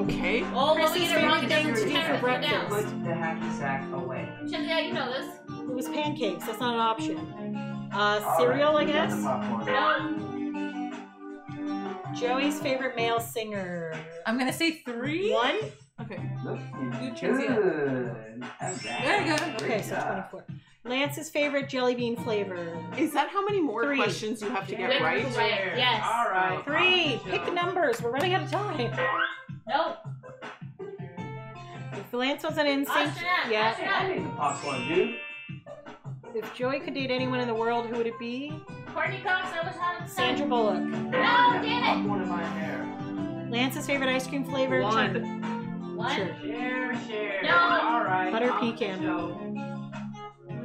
okay. Oh, Chris Louis is and Ron making doesn't sure do he's that for right breakfast. now. Put the hacky sack away. Yeah, you know this. It was pancakes. That's not an option. Uh, cereal, I guess. Joey's favorite male singer. I'm gonna say three. One. Okay. Looks You chose it. good. Very good. Okay, so 24. Lance's favorite jelly bean flavor. Is that how many more Three. questions you have to get Yeah. right? Right. Yes. All right. Three. Pick numbers. We're running out of time. Nope. If Lance wasn't in sync, Astronaut. yeah. Astronaut. I need the popcorn, dude. If Joey could date anyone in the world, who would it be? Courtney Cox. I was not in sync. Sandra Bullock. No, damn Popcorn in my hair. Lance's favorite ice cream flavor. One. it. What? Sure. Share, share. No. All right. Butter off the pecan. show.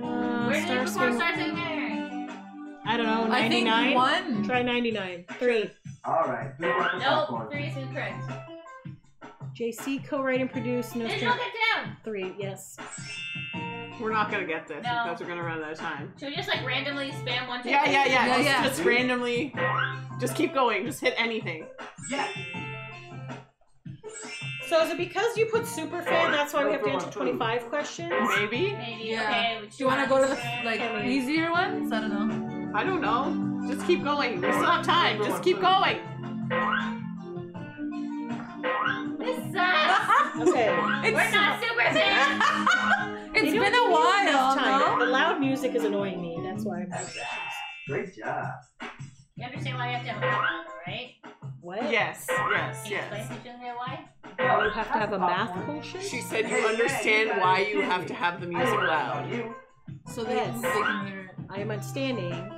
Uh, Where did Star you before Spangled- Star Spangled Banner? I don't know. I think 99. one. Try 99. Three. All right. Three buckets of Nope. popcorn. Three is incorrect. JC co-write and produce. No Digital string. get down. Three. Yes. We're not gonna get this No. because we're gonna run out of time. Should we just like randomly spam one? two, Yeah, three? yeah, yeah. Yeah, just, yeah. just randomly. Just keep going. Just hit anything. So is it because you put super fan? That's why we have to answer Superfan. 25 questions. Maybe. Maybe. Yeah. Okay. we Do you want to choose. go to the Can like we- easier ones? I don't know. I don't know. Just keep going. We still have time. Just keep going. This sucks. Okay. We're not super fans. They don't It's been give a me enough while. time. No? The loud music is annoying me. That's why I'm having issues. Great job. You understand why you have to have a math, right? What? Yes, yes, Can you yes. explain to Julia why? You have to have a math popcorn. quotient? She said you understand why you have to have the I music don't know loud. about you. So they, Yes. they can hear it. I am understanding.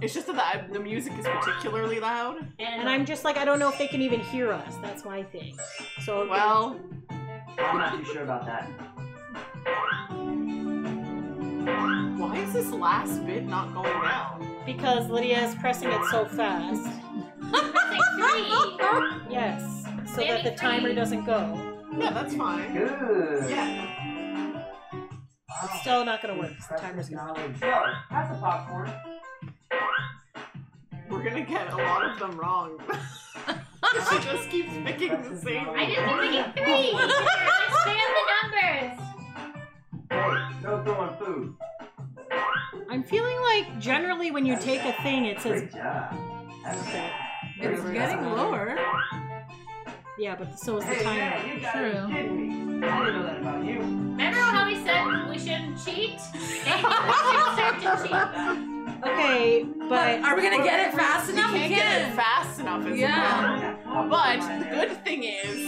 It's just that the music is particularly loud. And I'm just like, I don't know if they can even hear us. That's my thing. So, Well, I'm not too sure about that. why is this last bit not going down? because Lydia is pressing it so fast. pressing three. Yes. So that the Maybe timer three. doesn't go. Yeah, that's fine. Good. Yeah. Wow. Still not going to work. 'cause The timer's going to knowledge. Yo, pass the popcorn. We're gonna get a lot of them wrong. she just keeps picking the same. I just keep thinking three. Expand Hey, the numbers. no throwing food. I'm feeling like generally when you take a thing, it says, Great job. That's Okay. It's Whatever. getting lower. yeah, but so is the Hey, timer. man, you guys are True. kidding me. I didn't know that about you. Remember how we said we shouldn't cheat? Maybe we should start to cheat. Okay, But but are we gonna get it fast We enough? can't get it fast enough. Is Yeah. yeah. Yeah. But the good thing is,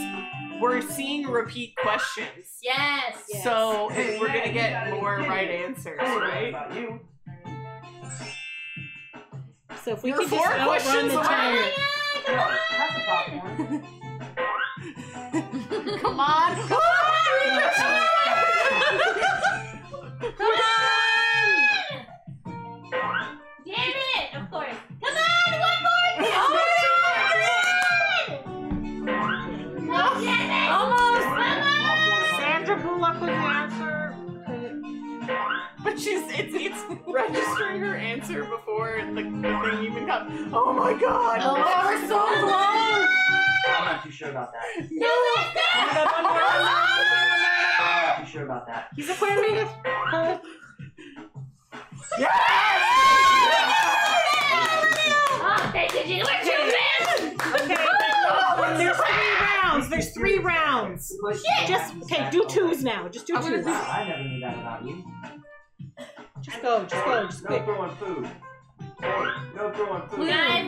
we're seeing repeat questions. Yes. So Yes. we're gonna get more right answers, I didn't know that right? about you. so if we You're can just four outrun questions the away. timer. Yo, pass the popcorn. Come on! Damn it! Of course. Come on, one more. Come on, damn it! Almost. Sandra Bullock was the answer. But she's it's it's registering her answer before the, the thing even comes. Oh my god! Oh, we're so close. I'm not too sure about that. I'm not too sure about that. He's Aquarius. Huh? Oh, thank you, Gina. We're two fans. Okay, but there's three rounds. There's three rounds. Push the Just hacky okay, sack do away. twos now. Just do I'm gonna twos. Wow, I never knew that about you. Just go, just go, just No pick. throwing food. Hey, no throwing food. Blue. Guys,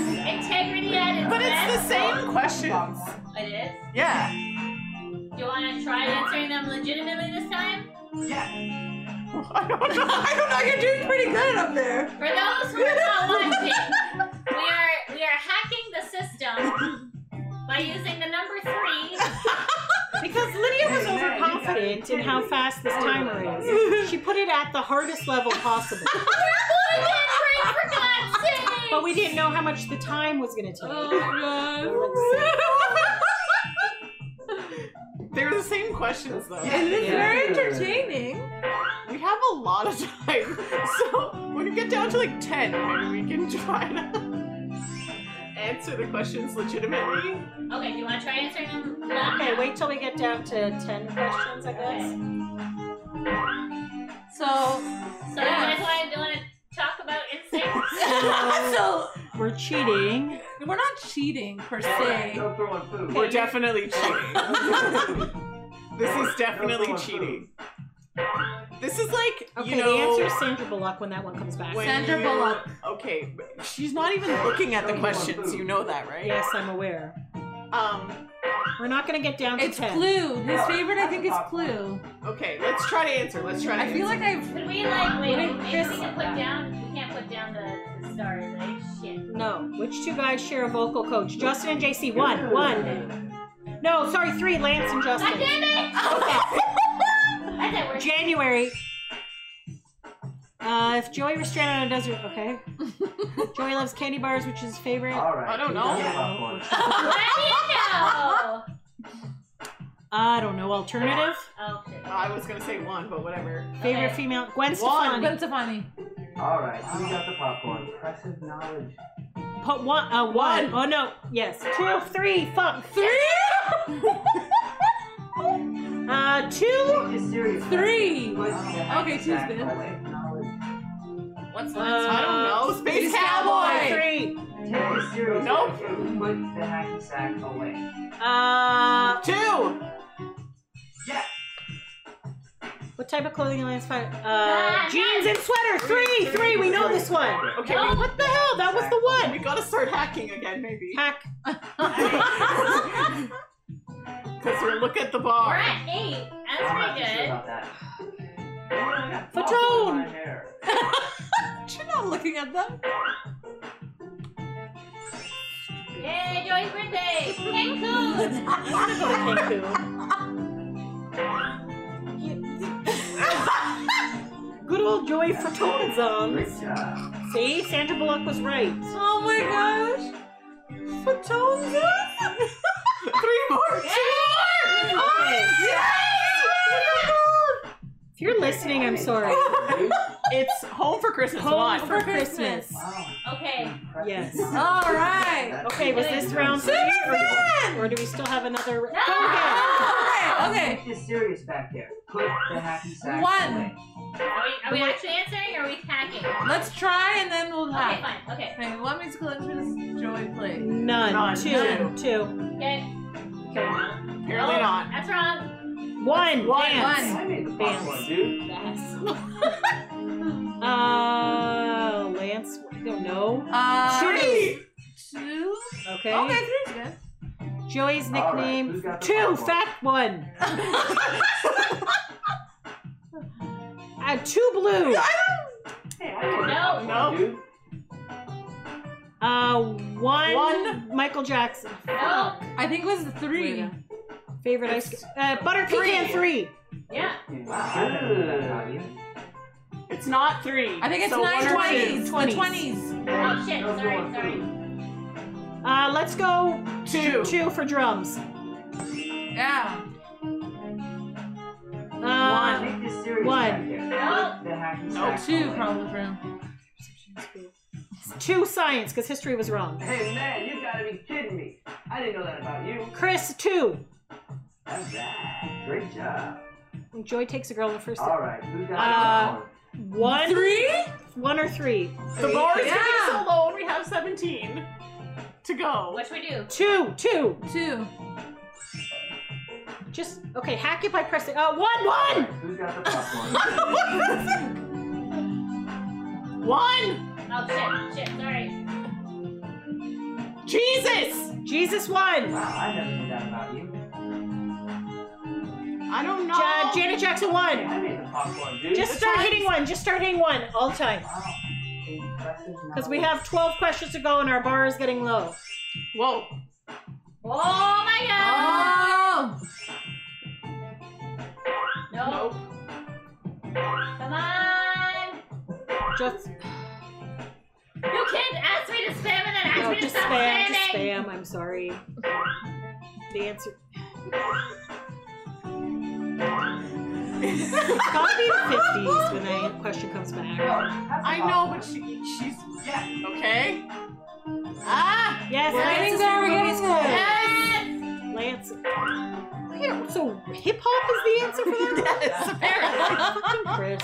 this is integrity at its But it's the best. same questions. It is. Yeah. Do you want to try answering them legitimately this time? I don't know. I don't know. You're doing pretty good up there. For those who are not watching, we are we are hacking the system by using the number three. Because Lydia was overconfident in how fast this timer is. She put it at the hardest level possible. Three, for God's sake! But we didn't know how much the time was gonna Oh take. my god. They're the same questions though. And it's Yeah. very entertaining. We have a lot of time, so when we get down to like ten, maybe we can try to answer the questions legitimately. Okay, do you want to try answering them? Okay, wait till we get down to 10 questions, I guess. So, So that's why I want to talk about instincts. so We're cheating. we're not cheating per se. No throwing food. We're definitely cheating. this is definitely cheating. This is like Okay, you the know. answer is Sandra Bullock when that one comes back. When Sandra you- Bullock. Okay, but she's not even looking at the questions. You know that, right? Yes, I'm aware. Um. We're not going to get down to It's 10. Clue. His favorite, I think, is Clue. Okay, let's try to answer. Let's try to. I feel answer. like I've. Could we like wait? Wait, maybe Chris- we can put down. We can't put down the, the stars. Right? Shit. No. Which two guys share a vocal coach? Justin and JC. One. One. No, sorry, three. Lance and God Justin. damn it! Okay. That's at work. January. Uh, if Joey were stranded on a desert, okay. Joey loves candy bars, which is his favorite. All right. I don't know. Why do I don't know. Alternative? you know? Oh shit. Oh, I was gonna say one, but whatever. Favorite Okay. female? One. Gwen Stefani. Gwen Stefani. All right. We got the popcorn. Impressive knowledge. Put one, uh, one. Oh no, yes. Two, three, fuck. Three? uh, two. Take this seriously. Three. Okay, two's Exactly. good. What's last? I don't know. Space Space Cowboy. Cowboy. Uh, Three. Take this seriously. Nope. Put the hacky sack away. Uh, Two. Yeah. what type of clothing lines five? Ah, Uh, jeans and sweater. Three, three. We know this one. Okay. No. Oh we- Oh, What the hell? That was the We one. gotta start hacking again, maybe. Hack. Cause we're look at the We're bar. at eight. I'm That's not too sure pretty good. about that. I Fatone. got popcorn in my hair. You're not looking at them. Yay, Joey's birthday. Cancun. I'm gonna go to Cancun. Good old Joey Fatone songs. Great job. See, Sandra Bullock was right. Oh my gosh. Fatones. Three more. Okay. If you're listening, I'm sorry. It's home for Christmas. Home one. for for Christmas. Christmas. Wow. Okay. Impressive. Yes. All right. Okay, was this round three? Or, or do we still have another? Go again. Okay. Okay. Take this serious back there. Put the hacky sack One. away. Are we, are we actually answering or are we hacking? Okay, Let's try and then we'll have. fine. Okay. Okay, what musical instruments Joey play? None. None. Two. Two. Okay. Apparently Oh, not. That's wrong. One. One. Dance. I made the popcorn, Dance. dude. Uh, Lance. I don't know. Uh, Three. Two. Okay. Okay, three's good. Joey's All right, who's nickname. got the Two. popcorn? Fat one. Uh, two blue. Hey, I made the No. popcorn, No. dude. Uh, one. One. Michael Jackson. No. I think it was three. Weirdo. Favorite ice. Uh, butter pecan three. Yeah. Wow. It's not three. I think it's So one or nine two. twenties. Twenties. Oh shit. No Sorry. throwing Sorry. food. Uh, let's go Two. two for drums. Yeah. Uh, Take this serious One. back there. No. Put the hacky No. sack Two away. probably for him. two science because history was wrong. Hey man, you gotta be kidding me. I didn't know that about you. Chris two. Alright, great job. Joy takes a girl in the first. Alright, who got Uh, the One. Three. One or three. The bar is Yeah. getting so low, and we have seventeen to go. What should we do? Two. Two. Two. Oh Just okay. Hack it by pressing. Uh, one. One. popcorn? Alright, who's got the popcorn? One. Oh shit. Shit. Sorry. Jesus. Jesus one. wow, I never knew that about you. I don't know. Ja- Janet Jackson Hey, one. I made the popcorn, dude. Just start hitting one. Just start hitting one all time. wow. Impressive Because we knowledge. have 12 questions to go and our bar is getting low. Whoa. Oh my god. Oh. No. Nope. Come on. Just, You can't ask me to spam and then ask no, me to just stop spam, just spamming. spam. I'm sorry. The answer. fifties. Gotta be the 50s when that question comes back. I know, but she, she's yeah. Okay. Ah, Yes, We're Lance getting is there, from we're getting Louisiana. Lance. Yeah, so hip hop is the answer for that? yes, apparently. Fucking Chris.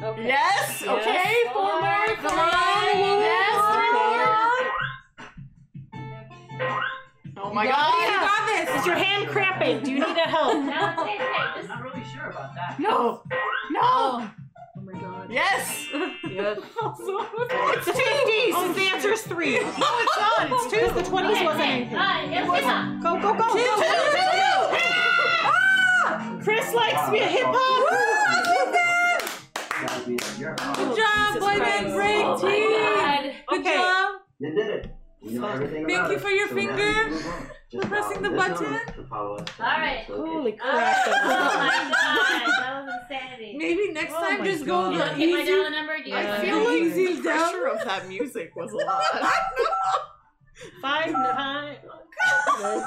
Okay. Yes. Okay. Four more. Come on. Yay. Yes. Three more. Oh my God. got Is your hand cramping? Do you need a help? Now it's Wednesday. I'm Just- not really sure about that. No. No. Oh, Oh my god. Yes. Yes. it's the 50s. since Oh, the answer is three. No, it's not. It's two. Because the 20s Okay, wasn't okay. anything. Alright, yes, yes, yes. Go, go, go. Two, go. two, two, two. Chris likes me a hip hop. Gotta be like, you're awesome. good job, Jesus boy Christ. band break Oh my team. God. Good Okay. job. You did it. You know everything Thank about you it, for your so now you finger can move on. Just for pressing the follow this button. number to follow us on All right. this location. Holy Oh my crap. god, that was insanity. Maybe next Oh time my just God. go the Can I easy. dial the number? Do you I I have feel it? like Easy the down. pressure of that music was a lot. Five, nine. oh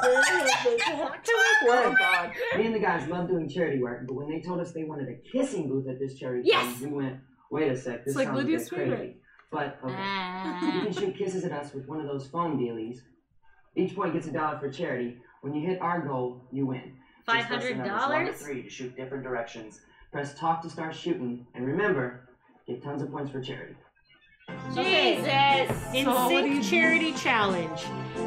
God. Me and the guys love doing charity work, but when they told us they wanted a kissing booth at this charity Yes. thing, we went, wait a sec, this It's like sounds a Lydia's bit crazy. favorite. But okay, you Ah. can shoot kisses at us with one of those foam dealies. Each point gets a dollar for charity. When you hit our goal, you win. Just press Five the hundred numbers one to dollars. Three to shoot different directions. Press talk to start shooting, and remember, get tons of points for charity. Jesus. In So what do you Sync do? Charity Challenge.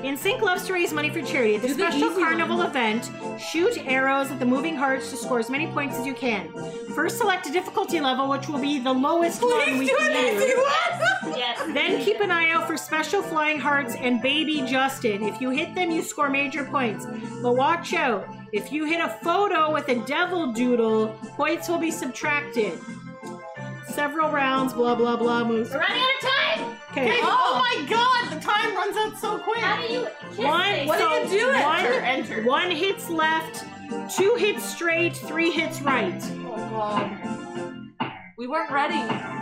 In Sync loves to raise money for charity at the Do the special easy carnival one. event. Shoot arrows at the moving hearts to score as many points as you can. First, select a difficulty level, which will be the lowest one we Please do can an use. easy one. Yes. Then keep an eye out for special flying hearts and baby Justin. If you hit them, you score major points. But watch out. If you hit a photo with a devil doodle, points will be subtracted. Several rounds, blah, blah, blah, moves. We're running out of time. Okay. Oh my God. The time runs out so How quick. do you kiss One, things? What so do you do one, Enter. Enter. one hits left, two hits straight, three hits right. We weren't ready.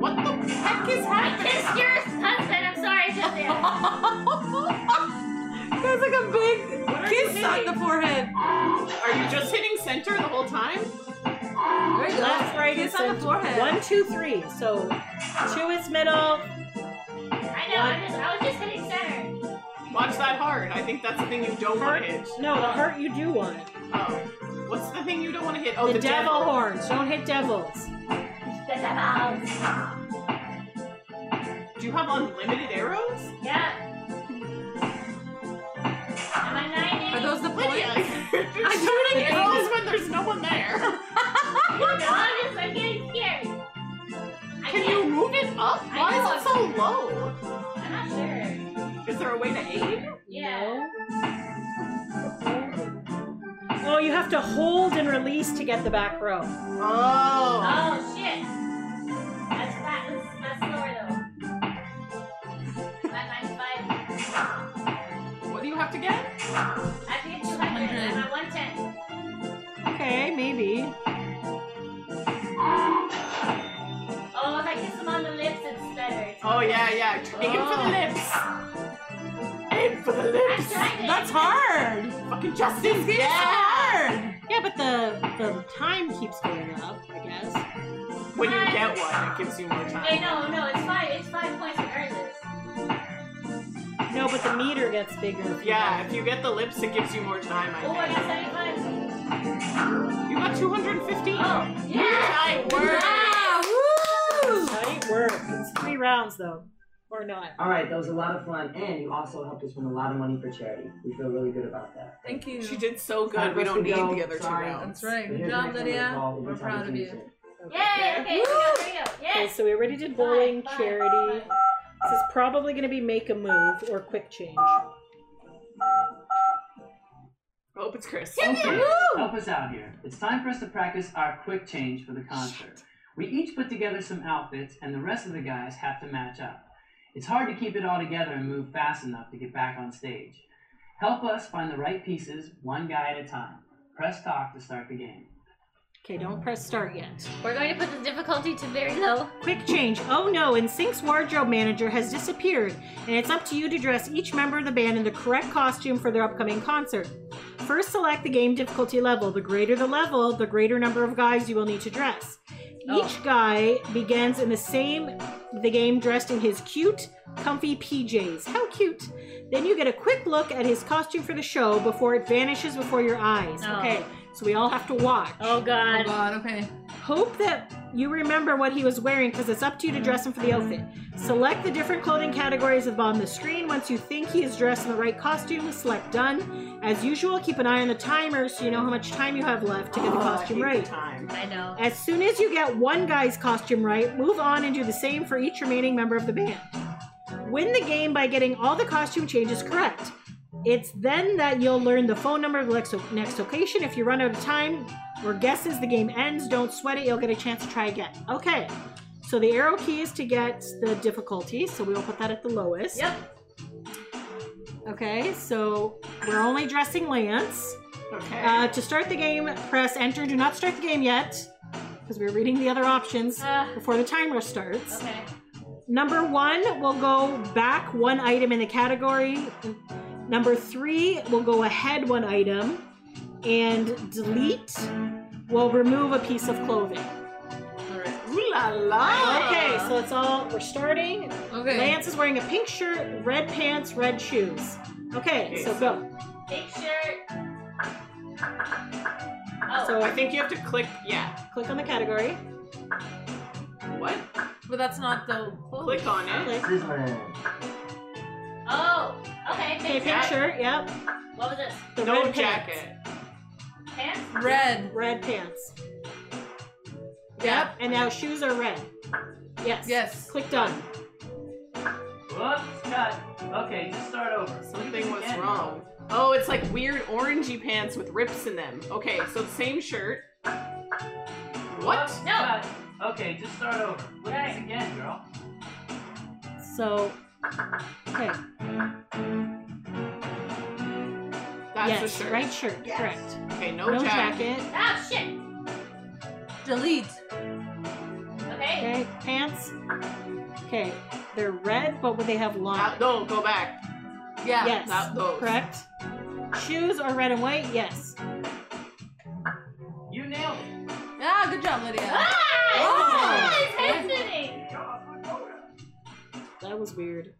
What the heck is I happening? kissed your husband. I'm sorry, Justin. That's like a big kiss on the forehead. Are you just hitting center the whole time? Very good. Left, right, kiss and on the forehead. One, two, three. So two is middle. I know. I'm just, I was just hitting center. Watch that hard. I think that's the thing you don't want to hit. No, the heart you do want. Oh. What's the thing you don't want to hit? Oh, the, devil, horns. Don't hit devils. The devils. Do you have unlimited arrows? Yeah. Am I ninety? Are those the Lydia, points? you're shooting arrows when there's no one there. I'm just, I'm getting scared. I Can can't- you move it up? I Why know, is it so low? I'm not sure. Is there a way to aim? Yeah. Oh, you have to hold and release to get the back row. Oh. Uh, Oh shit. That's that. That's, that's lower though. I'm at 95. What do you have to get? I have to get 200. I'm at 110. Okay, maybe. Oh, if I kiss them on the lips, it's better. Oh yeah, yeah. Tr- Aim for the lips. Aim for the I'm lips. trying to. That's hard. Fucking Justin. It's Yeah. hard. Yeah, but the the time keeps going up. I guess. When you get one, it gives you more time. Wait, no, no. It's five. It's five points to earn this. No, but the meter gets bigger. if you Yeah, if you get the lips, it gives you more time. Oh, I I got 75. think. You got 215. Oh, yeah. I work. Ah, woo! have- How do you work? It's three rounds though, or not. All right, that was a lot of fun, and you also helped us win a lot of money for charity. We feel really good about that. Thank you. Oh She did so good. We don't need the other two Sorry. rounds. That's right. But Good here's the job, next one Lydia. involved in We're the proud of competition. you. Yay. Okay, here we go. Here we go. Okay, Yes. so we already did bowling, Five, five, charity. five. This is probably going to be make a move or quick change. I hope it's Chris. Okay, help us out here. It's time for us to practice our quick change for the concert. We each put together some outfits, and the rest of the guys have to match up. It's hard to keep it all together and move fast enough to get back on stage. Help us find the right pieces, one guy at a time. Press talk to start the game. Okay, don't press start yet. We're going to put the difficulty to very low. Quick change. Oh no, and Sync's wardrobe manager has disappeared, and it's up to you to dress each member of the band in the correct costume for their upcoming concert. first select the game difficulty level. The greater the level, the greater number of guys you will need to dress. Oh. Each guy begins in the same the game dressed in his cute, comfy PJs. How cute! Then you get a quick look at his costume for the show before it vanishes before your eyes. Oh. Okay, so we all have to watch. Oh Oh god. god, okay. Hope that you remember what he was wearing because it's up to you to dress him for the outfit. Select the different clothing categories on the screen. Once you think he is dressed in the right costume, select done. As usual, keep an eye on the timer so you know how much time you have left to get the Oh, I costume hate right. Time. I know. As soon as you get one guy's costume right, move on and do the same for each remaining member of the band. Win the game by getting all the costume changes correct. It's then that you'll learn the phone number of the lex- next location. If you run out of time or guesses, the game ends. Don't sweat it, you'll get a chance to try again. Okay, so the arrow key is to get the difficulty, so we will put that at the lowest. Yep. Okay, so we're only dressing Lance. Okay. Uh, to start the game, press enter. Do not start the game yet, because we're reading the other options Uh, before the timer starts. okay. Number one will go back one item in the category. Number three will go ahead one item. And delete will remove a piece of clothing. All right. Ooh la la. Okay, so it's all, we're starting. Okay. Lance is wearing a pink shirt, red pants, red shoes. Okay, so go. Big shirt. Oh. So I think you have to click. Yeah. click on the category. What? But that's not the Click on it. Click. Sizzling. oh. Okay. Big Okay, pink shirt. shirt, yep. What was this? The no red pants. jacket. Pants. red. Red pants. Yep. And now shoes are red. Yes. Yes. Click done. Whoops, cut. Okay, just start over. Something was wrong. Oh, it's like weird orangey pants with rips in them. Okay, so the same shirt. What? Whoops, No. cut. Okay, just start over. Look at this again, girl. So, okay. That's yes, the shirt. right shirt. Correct. Okay, no, No, jacket. jacket. Oh shit. Delete. Okay. Okay. Pants. Okay. They're red, but they have long. Out- no, go back. Yeah. yes. out those. Correct. Shoes are red and white. Yes. You nailed it. Ah, good job, Lydia. Ah! Oh. It's happening. That was weird.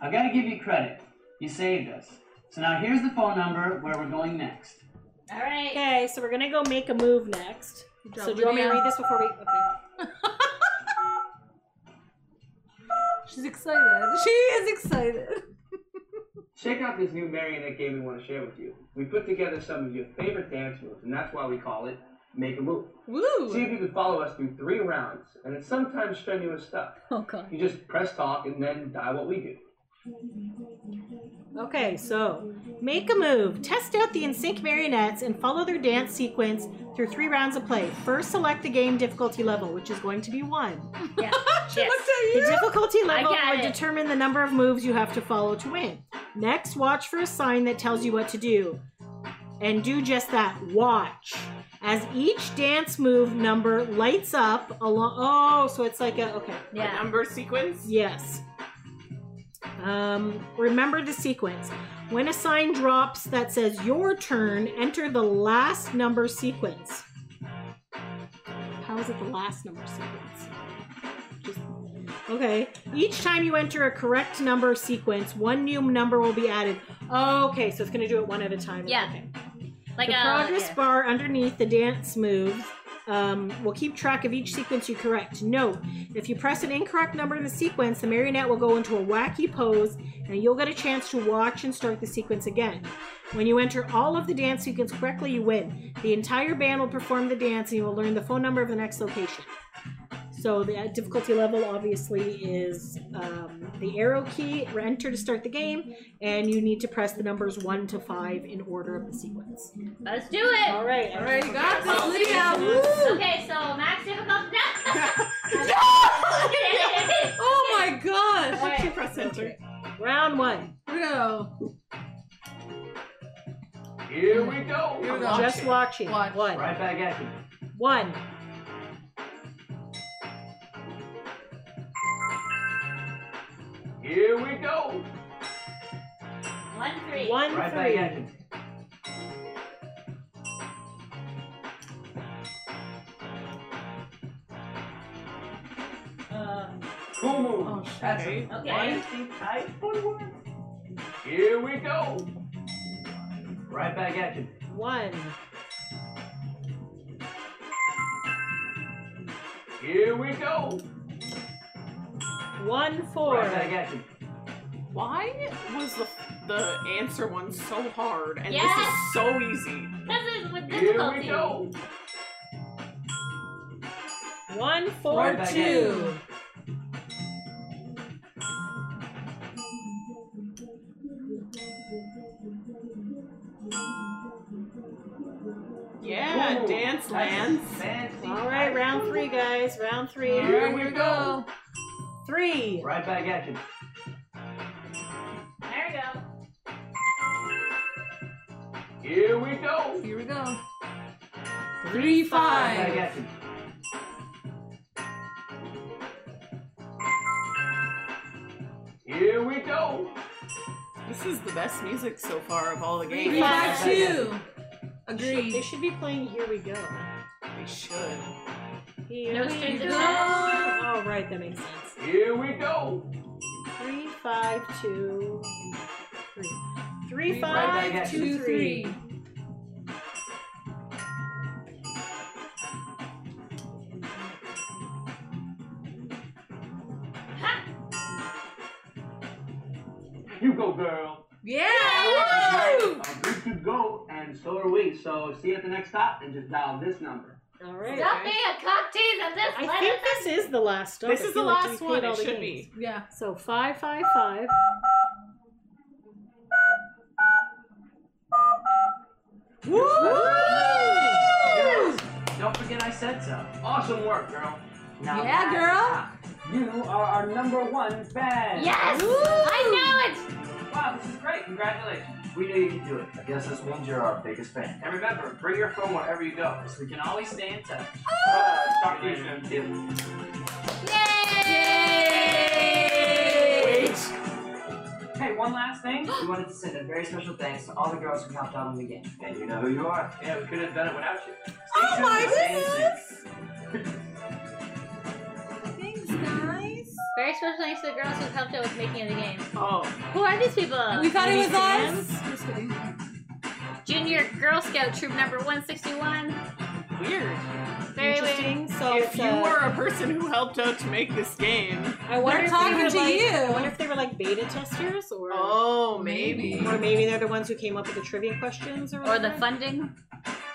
I gotta give you credit. You saved us. So now here's the phone number where we're going next. All right. Okay, so we're gonna go make a move next. Good job, So do you want me to Lydia. read this before we? Okay. She's excited. She is excited. Check out this new marionette game we want to share with you. We put together some of your favorite dance moves, and that's why we call it Make a Move. See Woo. if you can follow us through three rounds, and it's sometimes strenuous stuff. Oh god. You just press talk and then die what we do. Okay, so make a move. Test out the NSYNC marionettes and follow their dance sequence through three rounds of play. First, select the game difficulty level, which is going to be one. Yeah. She yes. looked at The you. difficulty level got will it. determine the number of moves you have to follow to win. Next, watch for a sign that tells you what to do. And do just that. Watch. As each dance move number lights up along. Oh, so it's like a. Okay. A Yeah. number sequence. Yes. Um, remember the sequence. When a sign drops that says your turn, enter the last number sequence. How is it the last number sequence? Just- Okay. Each time you enter a correct number sequence, one new number will be added. Okay, so it's going to do it one at a time. Yeah. Okay Like the a progress yeah. bar underneath the dance moves um, will keep track of each sequence you correct. Note, if you press an incorrect number in the sequence, the marionette will go into a wacky pose and you'll get a chance to watch and start the sequence again. When you enter all of the dance sequence correctly, you win. The entire band will perform the dance and you will learn the phone number of the next location. So the uh, difficulty level obviously is um, the arrow key, or enter to start the game, and you need to press the numbers 1 to 5 in order of the sequence. Let's do it. All right. All right, you got this, Lydia. Woo. Okay. So max difficulty. No. Oh my gosh. Once you press enter. Round one. Here we go. Here we go. Here we go. Just watching. Watch. One. Right back at you. One. Here we go. One three. One. Right back three. at you. Uh, Two moves. Oh, That's shit. a Okay. one, two, tight forward. Here we go. Right back at you. One. Here we go. One Right back four. at you. Why was the the answer one so hard and this Yes. is so easy? This is with Here difficulty. we go. One four Right back at two. Yeah, Ooh, dance that's lands. Fancy. All right, round three, guys. Round three. Here we Here we go. go. Three. Right back at you. There we go. Here we go. Here we go. Three Right back Five. at you. Here we go. This is the best music so far of all the games. Three, five, two. Should- They Agreed. should be playing Here We Go. We should. Here No we strings go. attached. All right, that makes sense. Here we go. Three, five, two, three. Three, Three, five, five, two, Two, three. three. You go, girl. Yeah! Woo! Uh, we could go, and so are we. So see you at the next stop, and just dial this number. All right. Stop being a cock tease and this I let think it- this is the last stop. This I is the feel like we last played one. all It the should games. be. Yeah. So five, five, five. Woo! Yes. Don't forget I said so. Awesome work, girl. Now Yeah, girl. You are our number one fan. Yes! I know it! Wow, this is great. Congratulations. We knew you could do it. I guess this means you're our biggest fan. And remember, bring your phone wherever you go, so we can always stay in touch. Oh! Talk to you soon, too. Yay! Hey, one last thing. We wanted to send a very special thanks to all the girls who helped out on the game. And you know who you are. Yeah, we couldn't have done it without you. Stay Oh tuned my for Stay in Sync. Thanks, guys. Very special thanks to the girls who helped out with making the game. Oh, Who are these people? We thought it was fans? us. Just kidding. Junior Girl Scout Troop number 161. weird. Very weird. Interesting. So If it's, you uh, were a person who helped out to make this game, I wonder We're if they talking were to like- you. I wonder if they were like beta testers or. oh, maybe. Or maybe they're the ones who came up with the trivia questions or Or the whatever. funding.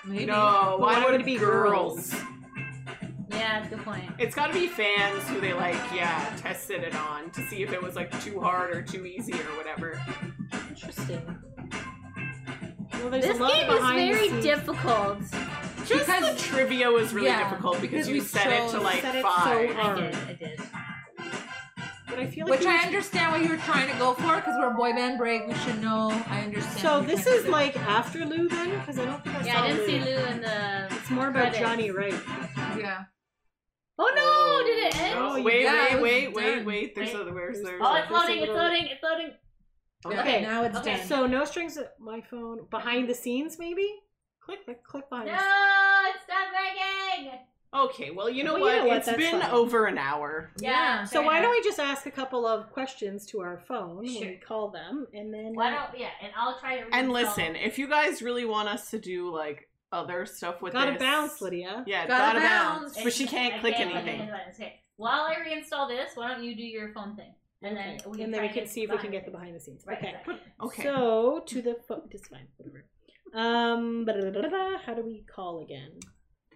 Maybe. No, But why, would it be girls? girls? Yeah, that's a good point. It's got to be fans who they like, yeah, tested it on to see if it was like too hard or too easy or whatever. Interesting. Well, there's This a lot game is behind the very scenes. difficult. Just Because- the trivia was really yeah, difficult because because you we set it to chose- like set it so five. hard. I did, I did. But I feel like Which we I should- understand what you were trying to go for because we're a boy band break. We should know. I understand. So what you're this trying to is do. like after Lou then, because I don't think I Yeah, saw I didn't Lou. see Lou in the. It's more about credits. Johnny Wright. Yeah. Oh no! Did it end? Oh, you wait, guys wait, wait, done. wait, wait. There's Wait. other. Where's there? There's- Oh, it's loading! It's Little- loading! It's loading! Yeah. Okay. Now it's Okay. done. So no strings. uh, My phone behind the scenes maybe. Click, click, click behind. the scenes. No! It's not breaking! Okay, well you know Well, you what? know what, It's that's been fine. over an hour. Yeah. So fair why don't we enough. just ask a couple of questions to our phone Sure. when we call them, and then Why don't? Yeah, and I'll try to. And reinstall. listen, if you guys really want us to do like other stuff with gotta this, bounce, Lydia. Yeah, gotta, Gotta bounce. bounce. But she I can't click click anything. any buttons. Okay. While I reinstall this, why don't you do your phone thing, and then we can and then try we can to see if we can behind get the it. behind the scenes. Right. okay. Exactly. Okay. So to the phone. It's fine. Whatever. Um. ba-da-da-da-da, How do we call again?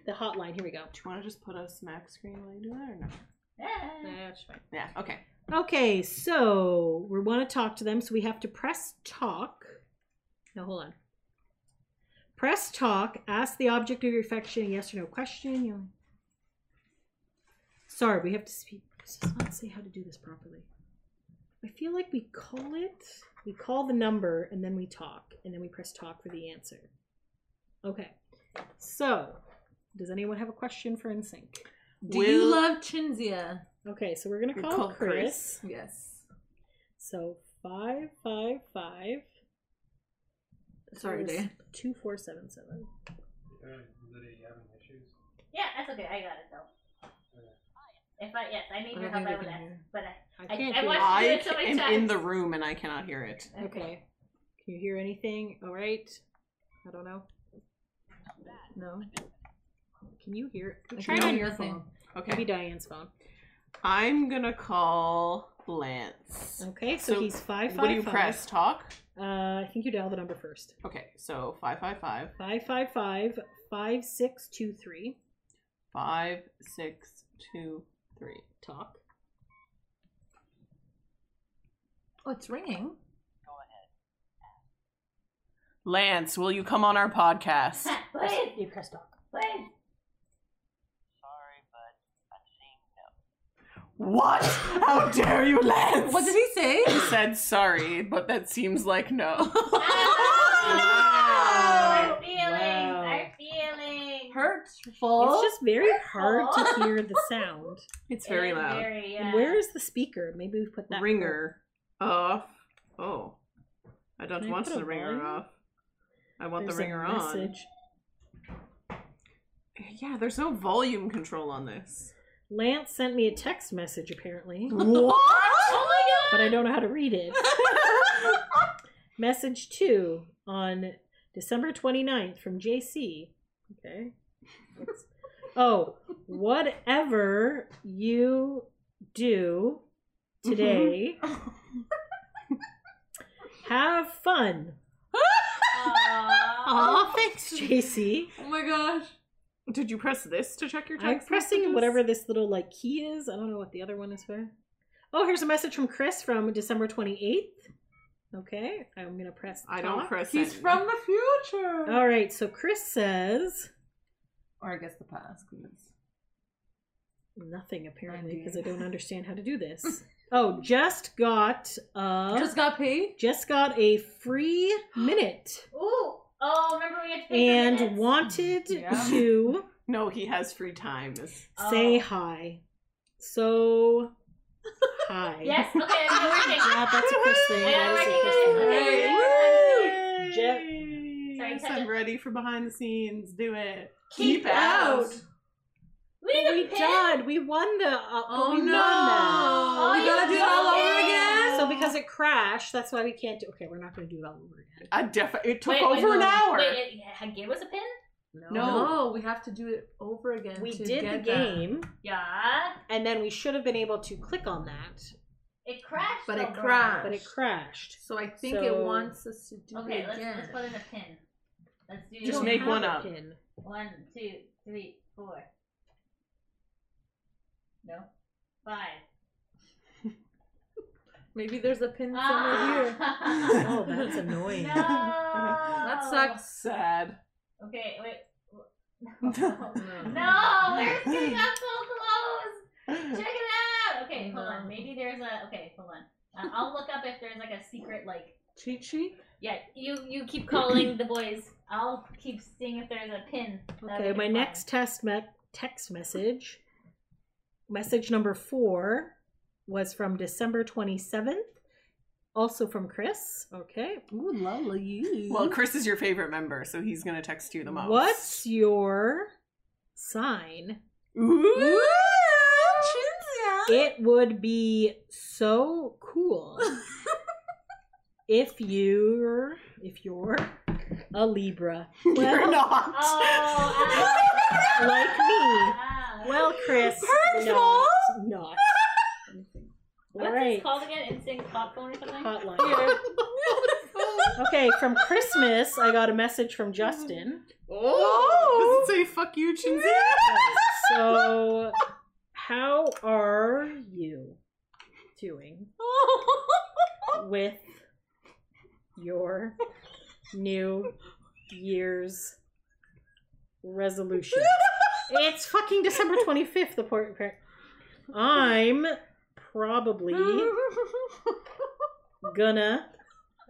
The hotline. Here we go. do Uh, you want to just put a smack screen while you do that or no? Yeah. That's fine. Yeah. Okay. Okay, so we want to talk to them, so we have to press talk. No, hold on. Press talk, ask the object of your affection a yes or no question. You Sorry, we have to speak. This does not say how to do this properly. I feel like we call it, we call the number, and then we talk, and then we press talk for the answer. Okay, so does anyone have a question for NSYNC? Do Will- you love Chinzia? Okay, so we're going to call, Call Chris. Chris. Yes. So five five five. Sorry, Dan. Two four seven seven. Yeah, that's okay. I got it though. If I yes, I need I your don't help. think I we would can ask, hear. but uh, I, I can't I hear. watched- I it so many am in times. the room and I cannot hear it. Okay. Can you hear anything? All right. I don't know. No. Can you hear? I Try it can on hear your nothing. phone. Maybe Okay. Diane's phone. I'm gonna call Lance. Okay, so, So, he's five five. What do you five. press? Talk? Uh, I think you dial the number first. Okay, so 555 Five five five five six two three. 5623. Talk. Oh, it's ringing. Lance, will you come on our podcast? please, You press talk. please. what? How dare you, Lance? What did he say? He said sorry, but that seems like no. Our feelings, Wow. our feelings. Hurtful. It's just very hard to hear the sound. it's very It is loud. very, uh, And yeah. Where is the speaker? Maybe we put that ringer off. Oh. I don't Can I want put a the ringer volume? off. I want There's the a ringer on. message. Yeah, there's no volume control on this. Lance sent me a text message apparently, what? Oh but I don't know how to read it. Message two on December 29th from JC. Okay. That's- oh, whatever you do today, Mm-hmm. have fun. Aw. Aw, thanks, JC. Oh my gosh. Did you press this to check your I'm text? pressing messages? whatever this little like key is. I don't know what the other one is for. Oh, here's a message from Chris from December 28th. Okay, I'm gonna press. I don't talk. press He's send. from the future. All right, so Chris says Oh. Or I guess the past. 'cause it's- nothing apparently Indeed. because I don't understand how to do this. oh, just got uh Just got paid. just got a free minute Ooh. Oh, remember we had to pay for and minutes? wanted Yeah. to No, he has free time. It's- say Oh. hi. So hi. Yes. Okay. Yeah, I'm that's a Chris thing. Yeah, That is a I Chris recognize thing. it. Hey, Yay! Sorry, yes, touch I'm it. ready for behind the scenes. Do it. Keep out. We But need we a pin. did. We won the. Uh, Oh, we won no. that. Oh, we you gotta do it all did. over again. So because it crashed, that's why we can't do. Okay, we're not going to do it all over again. I def- it took Wait, wait, over an no. hour. Wait, it yeah, gave us a pin. No. we have to do it over again. We to did the get that. game, Yeah. and then we should have been able to click on that, It crashed. But it though, bro. crashed. but it crashed. So I think So- it wants us to do Okay. it Let's, again. let's put in a pin. Let's do We Just don't make have one a up. pin. One, two, three, four. No. Five. Maybe there's a pin somewhere here. Ah. Oh, that's annoying. No. That That sucks. Sad. Okay. Wait. No. Oh, No, we're just getting up so close. Check it out. Okay, hold on. No. Maybe there's a. Okay, hold on. Uh, I'll look up if there's like a secret like. Cheat sheet? Yeah, you you keep calling the boys. I'll keep seeing if there's a pin. that we Okay, can my find. next test me- text message, message number four, was from December twenty seventh, also from Chris. Okay, Ooh, la la you. Well, Chris is your favorite member, so he's gonna text you the most. What's your sign? Ooh. It would be so cool if you're if you're a Libra. You're Well, not. Oh, like me. ah, ah. Well, Chris, no, Hurtful. not. All What's right. this called again? Instant cop phone or something? Hotline. Okay, from Christmas, I got a message from Justin. Oh. Does it say fuck you, Chinzy? So, how are you doing? with your new year's resolution. it's fucking December 25th, the port. I'm probably gonna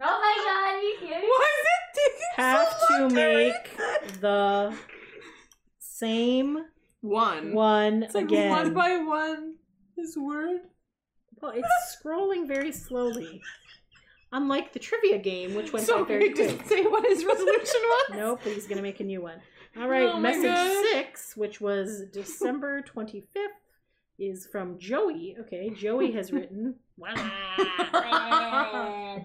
Oh my god, are you serious? have to make the same One. one It's like again. one by one. This word. well, it's scrolling very slowly. Unlike the trivia game, which went so by very it quick. didn't say what his resolution was. Nope, but he's gonna make a new one. All right, Oh my message God. six, which was December twenty fifth, is from Joey. Okay, Joey has written. Wow.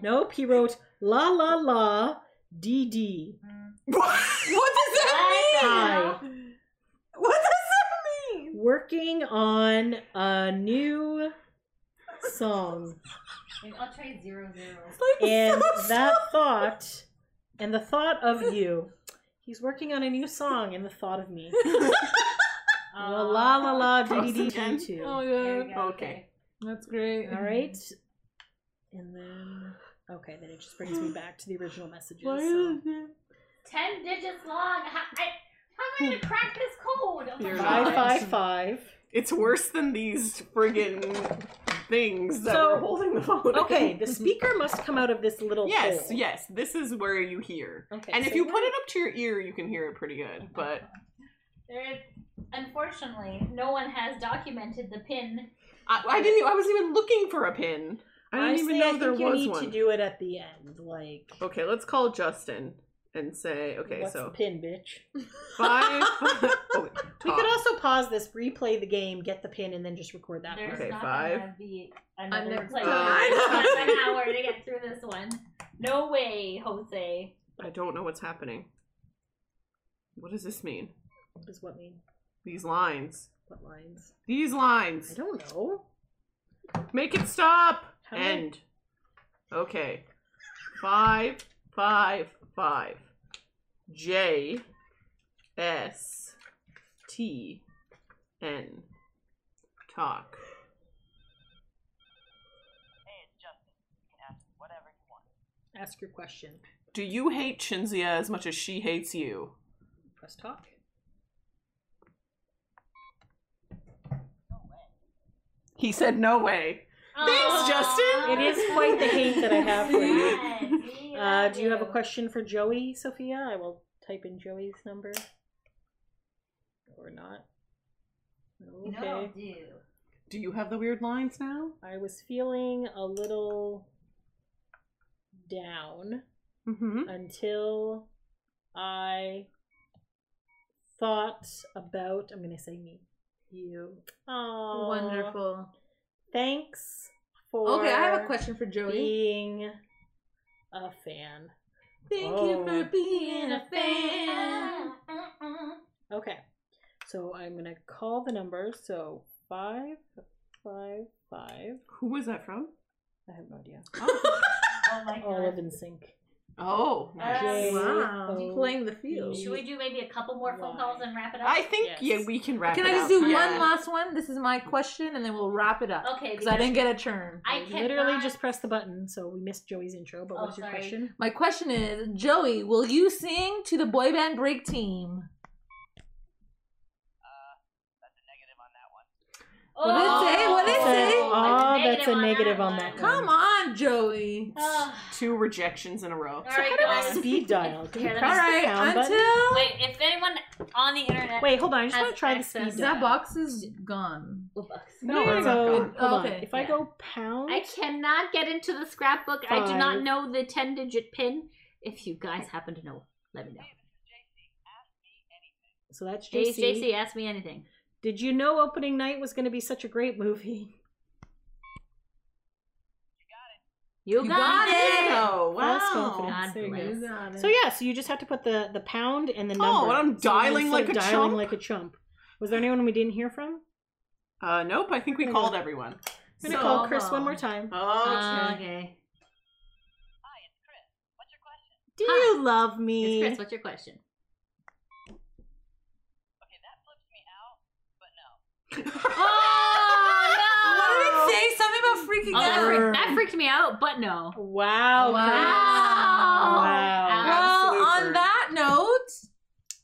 nope, he wrote la la la D D. what does Um, that mean? What does that mean? Working on a new song. I'll try zero zero. and that thought and the thought of you he's working on a new song and the thought of me la la la la dee dee dee dee Oh doo. There my we god. go, Okay. That's great. all right and then okay then it just brings me back to the original messages Why so. is it- Ten digits long. How, I, how am I gonna Hmm. crack this code? Oh my You're five right. God. five five It's worse than these friggin' things that So- were holding the phone. okay the speaker must come out of this little Yes, hole. yes. This is where you hear. okay And so if you what- put it up to your ear, you can hear it pretty good. But There is, unfortunately, no one has documented the pin. I, I didn't. e, I wasn't even looking for a pin. I didn't Honestly, even know I there think you was need one. to do it at the end like Okay, let's call Justin and say, okay, what's the so pin bitch five. oh, We could top. also pause this, replay the game, get the pin, and then just record that There's part. Okay, not five. gonna be another next like time. half an hour to get through this one. No way, Jose. I don't know what's happening. What does this mean? Is what mean? These lines. What lines? These I lines. don't know. Make it stop. How do I- End. Okay. Five, five, five. J, S, T, N. Talk. Ask your question. Do you hate Shinzia as much as she hates you? Press talk. He said, "No way." Thanks, Justin. It is quite the hate that I have for you. Yes, we Uh, love do you have a question for Joey, Sophia? I will type in Joey's number. Or not. Okay. do. Do you have the weird lines now? I was feeling a little down. Mm-hmm. until I thought about I'm gonna say me. You. Oh Wonderful. Thanks for Okay, I have a question for Joey. being a fan. Thank you Oh. for being a fan. Okay. So I'm gonna call the number. So five five five. Who was that from? I have no idea. Oh my All of god. in sync. Oh, nice. Yes. Wow. J-O- Playing the field. Should we do maybe a couple more phone calls and wrap it up? I think Yes. yeah, we can wrap. Can it I just up. do one Yeah. last one? This is my question, and then we'll wrap it up. Okay, Because I because didn't get a turn. I I literally cannot- just pressed the button, so we missed Joey's intro. But Oh, what's your sorry. question? My question is, Joey, will you sing to the boy band break team? Oh, What did it say? What did it say? Oh, that's a negative on that one. Come on, Joey. Oh, two rejections in a row. all right, guys. Speed dial. Can you Yeah, that press All the right, pound button? until Wait, if anyone on the internet. Wait, hold on. I just has want to try the access. speed Is that dial. box is gone. Oh, bucks. No, Yeah, it's so, not gone. hold on. Okay. If I Yeah. go pound, I cannot get into the scrapbook. I do Five. not know the 10 digit pin. If you guys happen to know, let me know. so that's JC. JC, JC ask me anything. Did you know opening night was going to be such a great movie? You, You got, got it. Oh False wow! confidence. God There you go. bless. So yeah, so you just have to put the the pound and the Oh, number. and I'm So you dialing instead like of a dialing chump? like a chump. Was there anyone we didn't hear from? Uh, nope. I think we called everyone. I'm gonna So- call Chris one more time. Uh, Oh, Okay. okay. Do Hi. you love It's me? Chris. What's your question? What Oh Uh, Oh, did it say? Something about freaking Oh, that, out. freaked, that freaked me out, but no. Wow. Wow. Wow. Well, Absolute on that note,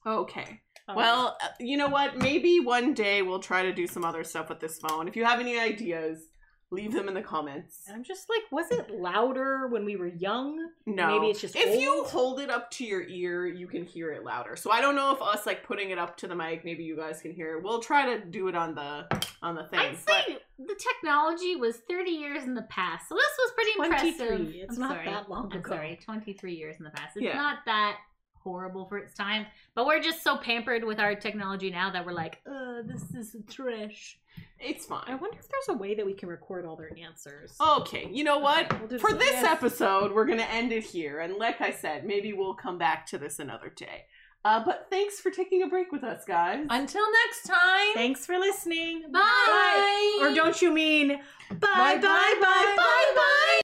Okay. Well, uh, you know what? Maybe one day we'll try to do some other stuff with this phone. If you have any ideas, leave them in the comments. I'm just like, was it louder when we were young? No. Maybe it's just if you old. hold it up to your ear, you can hear it louder. So I don't know if us like putting it up to the mic, maybe you guys can hear it. We'll try to do it on the on the thing. I'd but- say the technology was 30 years in the past, so this was pretty 23. impressive. It's I'm not sorry. that long I'm ago. sorry, 23 years in the past. It's Yeah. not that horrible for its time, but we're just so pampered with our technology now that we're like, uh, oh, this is trash. It's I fine. wonder if there's a way that we can record all their answers. Okay, you know Oh, what? We'll do For some- this Yes. episode, we're going to end it here. And like I said, maybe we'll come back to this another day. Uh, but thanks for taking a break with us, guys. Until next time. Thanks for listening. Bye. Or don't you mean bye bye bye bye? bye.